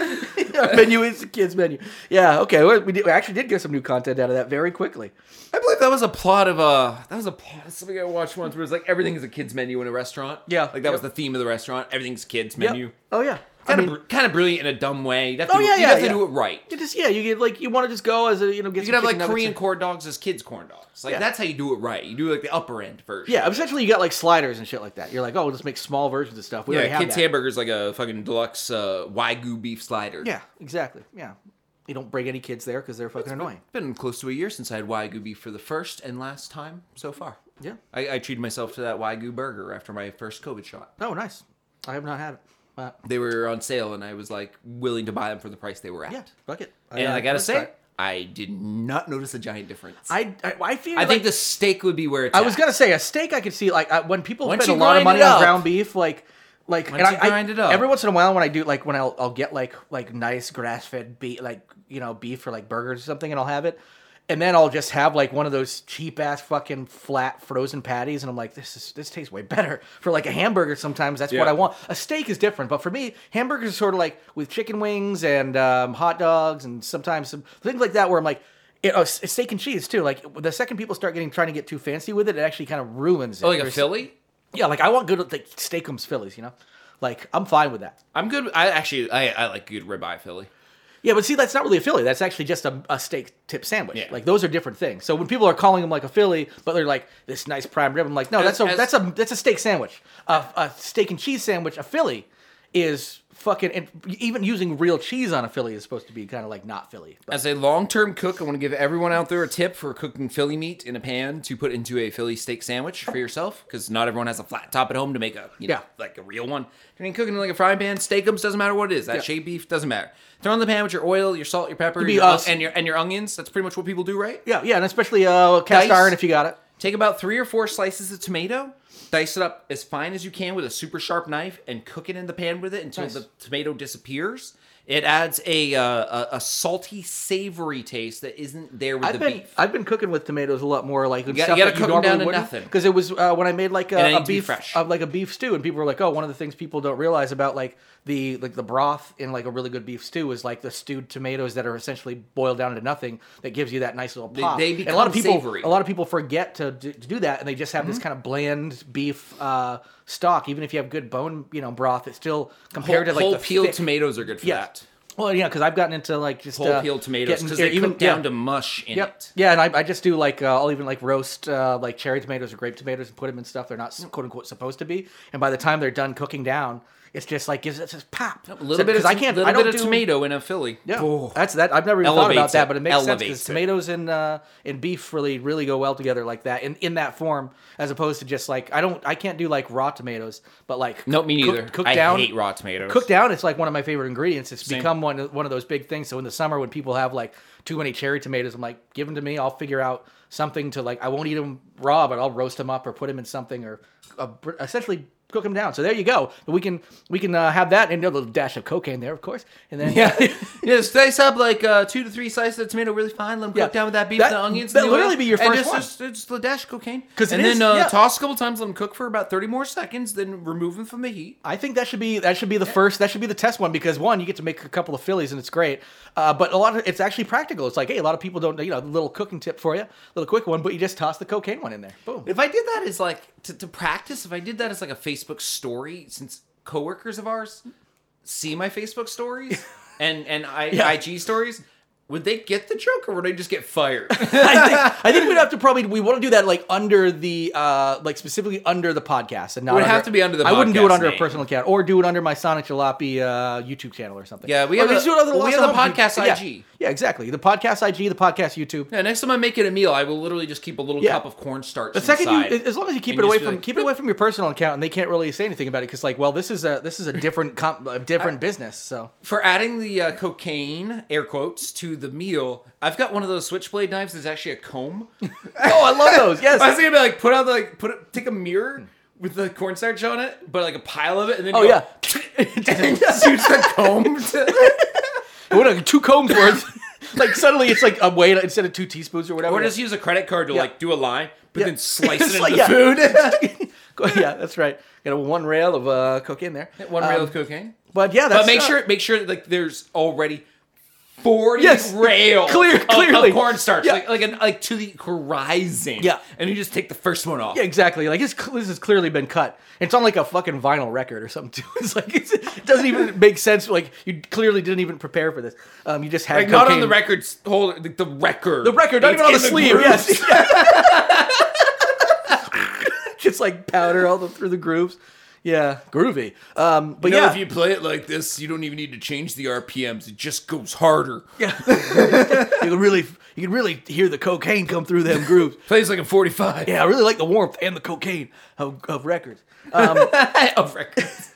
Speaker 3: Our menu is the kids' menu. Yeah, okay. We, we, did, we actually did get some new content out of that very quickly.
Speaker 2: I believe that was a plot of uh that was a plot of something I watched once where it was like everything is a kids menu in a restaurant.
Speaker 3: Yeah.
Speaker 2: Like that was the theme of the restaurant. Everything's kids
Speaker 3: Yep.
Speaker 2: menu.
Speaker 3: Oh, yeah.
Speaker 2: Kind
Speaker 3: I mean,
Speaker 2: of, kind of brilliant in a dumb way. You'd have to,
Speaker 3: Oh,
Speaker 2: do-
Speaker 3: yeah,
Speaker 2: you'd
Speaker 3: yeah,
Speaker 2: have to
Speaker 3: yeah.
Speaker 2: do it right.
Speaker 3: you just yeah, you get like you want to just go as a you know get
Speaker 2: You could
Speaker 3: some
Speaker 2: have
Speaker 3: chicken
Speaker 2: like
Speaker 3: nuggets
Speaker 2: Korean
Speaker 3: and-
Speaker 2: corn dogs as kids' corn dogs. Like
Speaker 3: Yeah.
Speaker 2: that's how you do it right. You do like the upper end version.
Speaker 3: Yeah, essentially you got like sliders and shit like that. You're like, oh, we'll just make small versions of stuff. We already
Speaker 2: yeah.
Speaker 3: have
Speaker 2: Kids'
Speaker 3: that.
Speaker 2: hamburgers like a fucking deluxe uh, wagyu beef slider.
Speaker 3: Yeah, exactly. Yeah, you don't bring any kids there because they're fucking annoying.
Speaker 2: It's been close to a year since I had wagyu beef for the first and last time so far.
Speaker 3: Yeah.
Speaker 2: I, I treated myself to that wagyu burger after my first COVID shot.
Speaker 3: Oh, nice. I have not had it. Uh,
Speaker 2: They were on sale, and I was like willing to buy them for the price they were at.
Speaker 3: yeah, fuck it.
Speaker 2: And I gotta
Speaker 3: let's try
Speaker 2: say,
Speaker 3: it.
Speaker 2: I did not notice a giant difference. I,
Speaker 3: I I, I feel.
Speaker 2: think
Speaker 3: like-
Speaker 2: the steak would be where it's.
Speaker 3: I was
Speaker 2: at.
Speaker 3: gonna say a steak. I could see like I, when people
Speaker 2: Once
Speaker 3: spend
Speaker 2: you
Speaker 3: a lot of
Speaker 2: grind
Speaker 3: money
Speaker 2: it
Speaker 3: on
Speaker 2: up.
Speaker 3: ground beef, like like
Speaker 2: Once you grind it up.
Speaker 3: every once in a while when I do like when I'll, I'll get like like nice grass fed beef like you know beef for like burgers or something and I'll have it, and then I'll just have like one of those cheap ass fucking flat frozen patties and I'm like this is this tastes way better for like a hamburger. Sometimes that's what
Speaker 2: Yeah.
Speaker 3: I want. A steak is different, but for me hamburgers are sort of like with chicken wings and um, hot dogs and sometimes some things like that where I'm like. It, oh, s- steak and cheese too. Like the second people start getting trying to get too fancy with it, it actually kind of ruins it.
Speaker 2: Oh, like a
Speaker 3: There's-
Speaker 2: Philly.
Speaker 3: Yeah, like I want good like steakums Phillies, you know. Like I'm fine with that.
Speaker 2: I'm good. I actually, I, I like good ribeye Philly.
Speaker 3: Yeah, but see, that's not really a Philly. That's actually just a, a steak tip sandwich.
Speaker 2: Yeah.
Speaker 3: Like those are different things. So when people are calling them like a Philly, but they're like this nice prime rib, I'm like, no,
Speaker 2: As-
Speaker 3: that's a
Speaker 2: as-
Speaker 3: that's a that's a steak sandwich. A, a steak and cheese sandwich, a Philly, is fucking. And even using real cheese on a Philly is supposed to be kind of like not Philly. But
Speaker 2: As a long-term cook, I want to give everyone out there a tip for cooking Philly meat in a pan to put into a Philly steak sandwich for yourself, because not everyone has a flat top at home to make a, you know,
Speaker 3: Yeah.
Speaker 2: like a real one. I mean, cooking in like a frying pan, steakums doesn't matter what it is. That shaved beef doesn't matter. Throw in the pan with your oil, your salt, your pepper,
Speaker 3: be
Speaker 2: your on-
Speaker 3: us.
Speaker 2: and your and your onions. That's pretty much what people do, right?
Speaker 3: yeah, yeah, and especially uh, cast
Speaker 2: Dice.
Speaker 3: iron if you got it.
Speaker 2: Take about three or four slices of tomato, dice it up as fine as you can with a super sharp knife, and cook it in the pan with it until
Speaker 3: Nice.
Speaker 2: the tomato disappears. It adds a, uh, a a salty, savory taste that isn't there with
Speaker 3: I've
Speaker 2: the
Speaker 3: been
Speaker 2: beef.
Speaker 3: I've been cooking with tomatoes a lot more, like you
Speaker 2: gotta- you gotta cook 'em down to nothing.
Speaker 3: Because it was uh, when I made like
Speaker 2: And it
Speaker 3: a, a
Speaker 2: ain't too
Speaker 3: beef,
Speaker 2: fresh.
Speaker 3: uh, like a beef stew, and people were like, "Oh, one of the things people don't realize about like the like the broth in like a really good beef stew is like the stewed tomatoes that are essentially boiled down to nothing that gives you that nice little pop."
Speaker 2: they
Speaker 3: and a lot of
Speaker 2: become
Speaker 3: people
Speaker 2: savory. Mm-hmm.
Speaker 3: a lot of people forget to, do- to do that, and they just have this kind of bland beef uh, stock. Even if you have good bone, you know, broth, it's still compared to like
Speaker 2: whole
Speaker 3: the
Speaker 2: peeled
Speaker 3: thick-
Speaker 2: tomatoes are good for
Speaker 3: Yeah.
Speaker 2: that.
Speaker 3: Well, yeah, because I've gotten into like just
Speaker 2: Whole
Speaker 3: uh,
Speaker 2: peeled tomatoes
Speaker 3: getting-
Speaker 2: because
Speaker 3: or
Speaker 2: they cook down
Speaker 3: yeah.
Speaker 2: to mush in
Speaker 3: Yep.
Speaker 2: it.
Speaker 3: Yeah, and I, I just do like uh, I'll even like roast uh, like cherry tomatoes or grape tomatoes and put them in stuff they're not
Speaker 2: Mm.
Speaker 3: quote unquote supposed to be. And by the time they're done cooking down, it's just like gives it this pop.
Speaker 2: A little bit of
Speaker 3: I can't.
Speaker 2: little
Speaker 3: I don't
Speaker 2: bit of
Speaker 3: do,
Speaker 2: tomato in a Philly.
Speaker 3: Yeah,
Speaker 2: Oh.
Speaker 3: that's that. I've never even thought about
Speaker 2: Elevates
Speaker 3: that,
Speaker 2: it.
Speaker 3: but it makes sense
Speaker 2: Elevates
Speaker 3: because
Speaker 2: it.
Speaker 3: tomatoes and uh, and beef really really go well together like that in in that form as opposed to just like I don't I can't do like raw tomatoes, but like
Speaker 2: Nope, me
Speaker 3: cook-
Speaker 2: neither.
Speaker 3: Cook
Speaker 2: I
Speaker 3: down,
Speaker 2: hate raw tomatoes.
Speaker 3: cooked down it's like one of my favorite ingredients it's become one of, one of those big things so in the summer when people have like too many cherry tomatoes i'm like give them to me i'll figure out something to like i won't eat them raw but i'll roast them up or put them in something or uh, br- essentially cook them down so there you go we can we can uh, have that and a little dash of cocaine there of course and then uh,
Speaker 2: Yeah, yeah. Slice up like uh, two to three slices of tomato really fine. Let them
Speaker 3: Yeah.
Speaker 2: cook down with that beef,
Speaker 3: That-
Speaker 2: and the onions.
Speaker 3: that'll
Speaker 2: and the oil,
Speaker 3: literally be your
Speaker 2: and
Speaker 3: first
Speaker 2: just,
Speaker 3: one.
Speaker 2: Just, just a dash of cocaine,
Speaker 3: 'Cause it
Speaker 2: and then
Speaker 3: is-
Speaker 2: uh,
Speaker 3: yeah.
Speaker 2: toss a couple times. Let them cook for about thirty more seconds. Then remove them from the heat.
Speaker 3: I think that should be that should be the first that should be the test one because one you get to make a couple of fillies and it's great, uh, but a lot of it's actually practical. It's like hey, a lot of people don't you know little cooking tip for you, little quick one, but you just toss the cocaine one in there. Boom.
Speaker 2: If I did that as like to, to practice, if I did that as like a Facebook story, since coworkers of ours see my Facebook stories and and I,
Speaker 3: Yeah.
Speaker 2: IG stories, would they get the joke or would I just get fired?
Speaker 3: I think, I think we'd have to probably we want to do that like under the uh like specifically under the podcast and not.
Speaker 2: would
Speaker 3: under-
Speaker 2: have to be under the
Speaker 3: I wouldn't do it
Speaker 2: podcast
Speaker 3: under a
Speaker 2: name.
Speaker 3: personal account or do it under my Sonic Jalopy uh, YouTube channel or something.
Speaker 2: Yeah, we
Speaker 3: Or
Speaker 2: have
Speaker 3: just
Speaker 2: a-
Speaker 3: do it under
Speaker 2: well, we
Speaker 3: Lost
Speaker 2: have
Speaker 3: and
Speaker 2: the
Speaker 3: Home
Speaker 2: podcast
Speaker 3: Yeah.
Speaker 2: IG.
Speaker 3: Yeah, exactly. The podcast IG, the podcast YouTube.
Speaker 2: yeah, next time I'm making a meal, I will literally just keep a little
Speaker 3: Yeah.
Speaker 2: cup of cornstarch.
Speaker 3: The second
Speaker 2: inside
Speaker 3: you, as long as you keep
Speaker 2: and
Speaker 3: it away
Speaker 2: just be
Speaker 3: from
Speaker 2: like,
Speaker 3: keep it away from your personal account, and they can't really say anything about it because, like, well, this is a this is a different comp, a different business. So
Speaker 2: for adding the uh, cocaine air quotes to the meal, I've got one of those switchblade knives that's actually a comb.
Speaker 3: oh, I love those. Yes,
Speaker 2: I was gonna be like, put out the like, put it, take a mirror with the cornstarch on it, but like a pile of it, and then
Speaker 3: Oh,
Speaker 2: you
Speaker 3: yeah.
Speaker 2: and just use the comb. To,
Speaker 3: what are two combs worth? like suddenly it's like a way to- instead of two teaspoons or whatever.
Speaker 2: or just use a credit card to like do a line, but
Speaker 3: Yeah.
Speaker 2: then slice it
Speaker 3: It's
Speaker 2: into
Speaker 3: like,
Speaker 2: the
Speaker 3: yeah.
Speaker 2: food.
Speaker 3: Go- yeah, that's right. Got a one rail of uh, cocaine there.
Speaker 2: One rail
Speaker 3: Um,
Speaker 2: of cocaine.
Speaker 3: But yeah, that's
Speaker 2: But make
Speaker 3: uh,
Speaker 2: sure make sure that like there's already forty
Speaker 3: Yes.
Speaker 2: rails
Speaker 3: Clear-
Speaker 2: of-
Speaker 3: clearly.
Speaker 2: of cornstarch,
Speaker 3: Yeah.
Speaker 2: like like an, like to the horizon.
Speaker 3: Yeah.
Speaker 2: and you just take the first one off.
Speaker 3: Yeah, exactly. Like it's, cl- this has clearly been cut. It's on like a fucking vinyl record or something too. It's like it's, it doesn't even make sense. Like you clearly didn't even prepare for this. Um, you just had
Speaker 2: Like not on the
Speaker 3: cocaine.
Speaker 2: record holder, the, the record,
Speaker 3: The record, not
Speaker 2: It's
Speaker 3: even on the
Speaker 2: in
Speaker 3: sleeve.
Speaker 2: groove.
Speaker 3: Yes. Just like powder all the, through the grooves. Yeah, groovy. Um, but
Speaker 2: You know,
Speaker 3: yeah,
Speaker 2: if you play it like this, you don't even need to change the RPMs. It just goes harder.
Speaker 3: you can really you can really hear the cocaine come through them grooves.
Speaker 2: Plays like a 45
Speaker 3: Yeah, I really like the warmth and the cocaine of, of records. Uh,
Speaker 2: of records.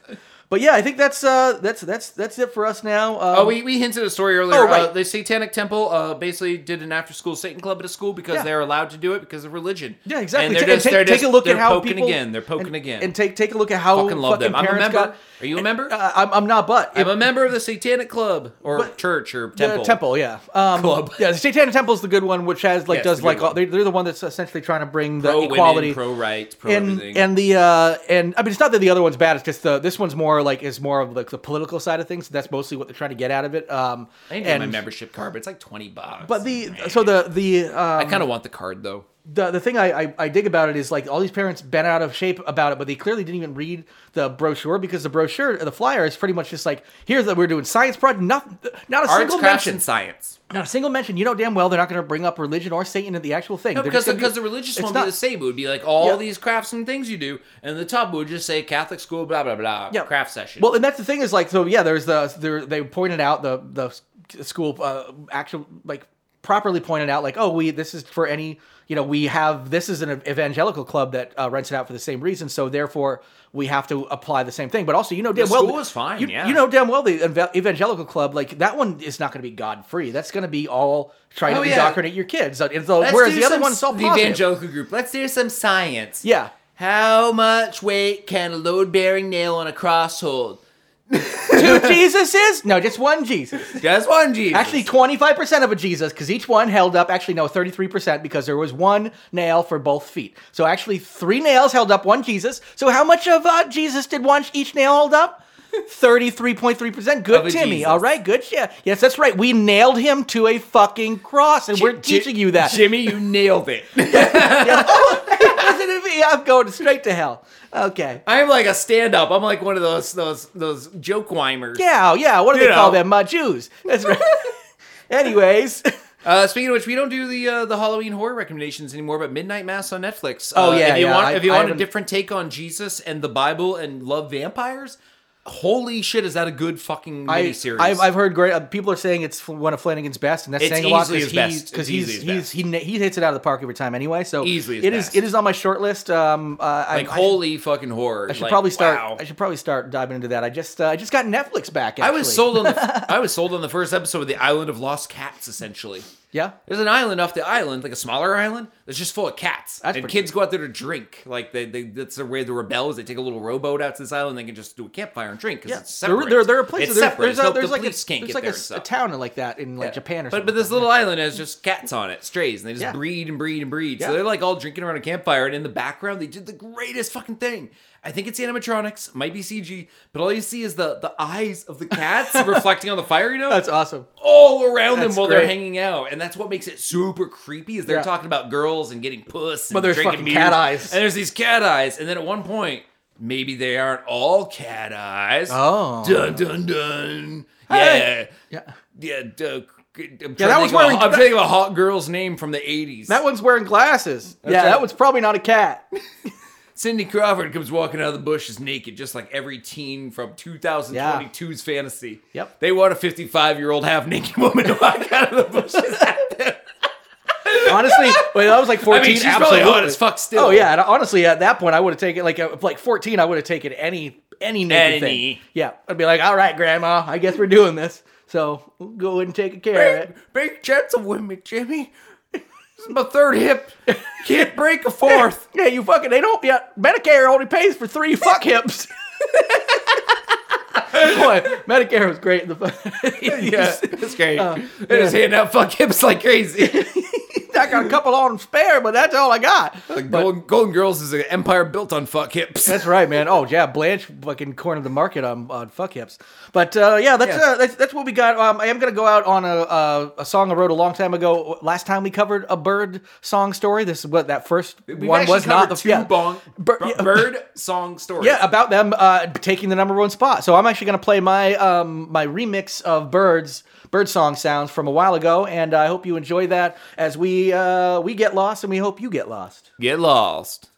Speaker 3: But yeah, I think that's uh, that's that's that's it for us now. Um,
Speaker 2: Oh, we, we hinted a story earlier.
Speaker 3: Oh, right.
Speaker 2: uh, the Satanic Temple uh, basically did an after school Satan club at a school because
Speaker 3: Yeah.
Speaker 2: they're allowed to do it because of religion.
Speaker 3: Yeah, exactly.
Speaker 2: And they're
Speaker 3: Ta-
Speaker 2: just,
Speaker 3: take,
Speaker 2: they're
Speaker 3: take
Speaker 2: just-
Speaker 3: a look
Speaker 2: they're
Speaker 3: at how
Speaker 2: poking
Speaker 3: people
Speaker 2: again. They're poking
Speaker 3: and,
Speaker 2: again.
Speaker 3: and take take a look at how
Speaker 2: Fucking love them. I'm a
Speaker 3: parents
Speaker 2: member.
Speaker 3: got-
Speaker 2: Are you a member?
Speaker 3: Uh, I'm, I'm not, but
Speaker 2: I'm a member of the Satanic Club or
Speaker 3: But-
Speaker 2: church or
Speaker 3: The
Speaker 2: temple.
Speaker 3: temple, yeah. Um,
Speaker 2: Club.
Speaker 3: Yeah, the Satanic Temple is the good one, which has like
Speaker 2: Yes,
Speaker 3: does
Speaker 2: the good
Speaker 3: like all,
Speaker 2: one.
Speaker 3: they're, they're the one that's essentially trying to bring the
Speaker 2: Pro women,
Speaker 3: equality,
Speaker 2: pro rights, pro
Speaker 3: and
Speaker 2: everything.
Speaker 3: and the uh and I mean it's not that the other one's bad. It's just the this one's more like is more of like the political side of things. That's mostly what they're trying to get out of it. Um,
Speaker 2: I need my
Speaker 3: and
Speaker 2: membership card, but it's like 20 bucks.
Speaker 3: but the so the the
Speaker 2: I
Speaker 3: um,
Speaker 2: kind of want the card though.
Speaker 3: the the thing I, I I dig about it is like all these parents bent out of shape about it, but they clearly didn't even read the brochure because the brochure, the flyer is pretty much just like here's that we're doing science project, not not a
Speaker 2: Arts,
Speaker 3: single
Speaker 2: crafts,
Speaker 3: mention,
Speaker 2: and science.
Speaker 3: not a single mention. You know damn well they're not going to bring up religion or Satan in the actual thing.
Speaker 2: No,
Speaker 3: They're
Speaker 2: because
Speaker 3: just gonna
Speaker 2: because
Speaker 3: do-
Speaker 2: the religious
Speaker 3: it's
Speaker 2: one would
Speaker 3: not-
Speaker 2: be the same. It would be like all
Speaker 3: Yeah.
Speaker 2: these crafts and things you do, and the top would just say Catholic school, blah blah blah,
Speaker 3: Yeah.
Speaker 2: craft session.
Speaker 3: Well, and that's the thing is like so yeah, there's the there they pointed out the the s- school uh, actual like properly pointed out like oh we this is for any you know we have this is an evangelical club that uh, rents it out for the same reason so therefore we have to apply the same thing but also you know damn well
Speaker 2: school is fine,
Speaker 3: you,
Speaker 2: yeah.
Speaker 3: you know damn well the ev- evangelical club like that one is not going to be god free that's going to be all trying
Speaker 2: Oh,
Speaker 3: to
Speaker 2: yeah.
Speaker 3: indoctrinate your kids and so,
Speaker 2: Let's
Speaker 3: whereas
Speaker 2: do
Speaker 3: the other
Speaker 2: some
Speaker 3: one's all
Speaker 2: s-
Speaker 3: positive.
Speaker 2: the evangelical group. Let's do some science.
Speaker 3: yeah
Speaker 2: How much weight can a load-bearing nail on a cross hold?
Speaker 3: two jesuses no just one jesus
Speaker 2: Just one Jesus.
Speaker 3: Actually, twenty five percent of a Jesus, because each one held up. Actually, no, thirty three percent, because there was one nail for both feet. So actually, three nails held up one Jesus. So how much of uh, Jesus did one each nail hold up? Thirty three point three percent.
Speaker 2: Of
Speaker 3: Good
Speaker 2: a
Speaker 3: Timmy.
Speaker 2: Jesus.
Speaker 3: All right, good shit. Yes, that's right. We nailed him to a fucking cross, and we're
Speaker 2: Ji-
Speaker 3: teaching you that.
Speaker 2: Jimmy, you nailed it.
Speaker 3: Listen to me. I'm going straight to hell. Okay.
Speaker 2: I'm like a stand-up. I'm like one of those those those joke whymers.
Speaker 3: Yeah, yeah. What do
Speaker 2: You
Speaker 3: they call
Speaker 2: know.
Speaker 3: them? Uh, Jews. That's right. Anyways.
Speaker 2: Uh, speaking of which, we don't do the uh, the Halloween horror recommendations anymore, but Midnight Mass on Netflix.
Speaker 3: Oh,
Speaker 2: Uh,
Speaker 3: yeah,
Speaker 2: if you
Speaker 3: yeah,
Speaker 2: want
Speaker 3: I-
Speaker 2: if you
Speaker 3: I
Speaker 2: want a
Speaker 3: haven't-
Speaker 2: different take on Jesus and the Bible and love vampires, holy shit, is that a good fucking
Speaker 3: I,
Speaker 2: miniseries?
Speaker 3: I've, I've heard great. Uh, people are saying it's fl- one of Flanagan's best, and that's
Speaker 2: It's
Speaker 3: saying a lot
Speaker 2: easily his
Speaker 3: because
Speaker 2: best. It's
Speaker 3: because he's
Speaker 2: easily his
Speaker 3: he's
Speaker 2: best.
Speaker 3: he, na- he hits it out of the park every time anyway. So
Speaker 2: Easily his
Speaker 3: it is
Speaker 2: best.
Speaker 3: it is on my short list. Um, uh, I-
Speaker 2: like
Speaker 3: I,
Speaker 2: holy fucking horror.
Speaker 3: should, I should probably start.
Speaker 2: Wow.
Speaker 3: I should probably start diving into that. I just uh, I just got Netflix back. Actually.
Speaker 2: I was sold on the I was sold on the first episode of the Island of Lost Cats. Essentially,
Speaker 3: Yeah.
Speaker 2: there's an island off the island, like a smaller island, that's just full of cats,
Speaker 3: That's
Speaker 2: and
Speaker 3: pretty
Speaker 2: kids go out there to drink. Like they, they that's the way the rebels. They take a little rowboat out to this island. They can just do a campfire and drink because
Speaker 3: Yeah,
Speaker 2: it's
Speaker 3: there,
Speaker 2: separate.
Speaker 3: there, there are places.
Speaker 2: It's
Speaker 3: There's,
Speaker 2: separate.
Speaker 3: there's,
Speaker 2: It's
Speaker 3: a,
Speaker 2: help-
Speaker 3: there's
Speaker 2: the
Speaker 3: like a,
Speaker 2: police can't
Speaker 3: there's
Speaker 2: get
Speaker 3: like
Speaker 2: there
Speaker 3: a,
Speaker 2: and
Speaker 3: s- a
Speaker 2: stuff.
Speaker 3: town in like that in like Japan or
Speaker 2: But
Speaker 3: something.
Speaker 2: but this little island has just cats on it, strays, and they just
Speaker 3: Yeah.
Speaker 2: breed and breed and breed.
Speaker 3: Yeah.
Speaker 2: So they're like all drinking around a campfire, and in the background they did the greatest fucking thing. I think it's animatronics, might be CG, but all you see is the the eyes of the cats reflecting on the fire. You know,
Speaker 3: That's awesome.
Speaker 2: all around
Speaker 3: That's
Speaker 2: them while they're
Speaker 3: great.
Speaker 2: hanging out, and that's what makes it super creepy. Is they're
Speaker 3: Yeah.
Speaker 2: talking about girls and getting puss, and
Speaker 3: But there's
Speaker 2: drinking
Speaker 3: fucking
Speaker 2: beers,
Speaker 3: cat eyes.
Speaker 2: and there's these cat eyes, and then at one point, maybe they aren't all cat eyes.
Speaker 3: Oh.
Speaker 2: dun dun dun,
Speaker 3: Hey.
Speaker 2: yeah.
Speaker 3: Yeah.
Speaker 2: Yeah, Doug. I'm
Speaker 3: that
Speaker 2: yeah, that was
Speaker 3: was wearing-
Speaker 2: I'm thinking of a hot girl's name from the 80s.
Speaker 3: That one's wearing glasses. yeah,
Speaker 2: right.
Speaker 3: that one's probably not a cat.
Speaker 2: Cindy Crawford comes walking out of the bushes naked, just like every teen from 2022's fantasy.
Speaker 3: Yep.
Speaker 2: They want a 55 year old half naked woman to walk out of the bushes.
Speaker 3: Honestly, wait, that was like 14.
Speaker 2: I mean, she's
Speaker 3: absolutely.
Speaker 2: probably hot as fuck still.
Speaker 3: Oh yeah, and honestly, at that point, I would have taken like uh, like 14. I would have taken any any naked
Speaker 2: Any.
Speaker 3: thing. Yeah, I'd be like, all right, grandma, I guess we're doing this. So we'll go and take care of
Speaker 2: Big,
Speaker 3: it.
Speaker 2: big gentlewoman, Jimmy. This is my third hip. Can't break a fourth.
Speaker 3: Yeah, you fucking. They don't. Yeah, Medicare only pays for three fuck hips. Boy, Medicare was great. In the
Speaker 2: yeah, that's great.
Speaker 3: Uh,
Speaker 2: they just hand out fuck hips like crazy.
Speaker 3: I got a couple on spare, but that's all I got.
Speaker 2: Like Golden, Golden Girls is an empire built on fuck hips.
Speaker 3: That's right, man. Oh yeah, Blanche fucking cornered the market on, on fuck hips. But uh, yeah, that's,
Speaker 2: Yeah.
Speaker 3: Uh, that's that's what we got. Um, I am gonna go out on a, uh, a a song I wrote a long time ago. Last time we covered a bird song story. This is what that 1st
Speaker 2: We've
Speaker 3: one
Speaker 2: actually
Speaker 3: was not the
Speaker 2: covered two
Speaker 3: yeah.
Speaker 2: bong,
Speaker 3: Bir-
Speaker 2: b-
Speaker 3: yeah.
Speaker 2: bird song stories.
Speaker 3: Yeah, about them uh, taking the number one spot. So I'm actually going to play my um, my remix of birds bird song sounds from a while ago, and I hope you enjoy that as we uh, we get lost, and we hope you get lost.
Speaker 2: Get lost.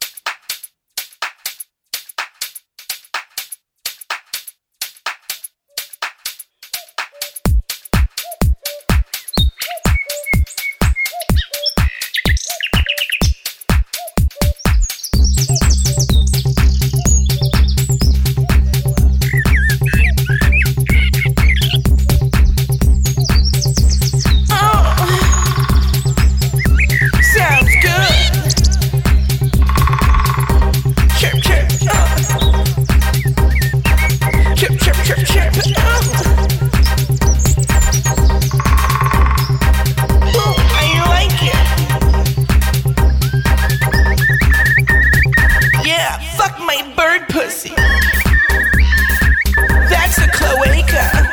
Speaker 4: Sounds good. Chirp, chirp, uh. Chirp, chirp, chirp, chirp, uh. Ooh, I like it. Yeah, fuck my bird pussy. That's a cloaca. Oh,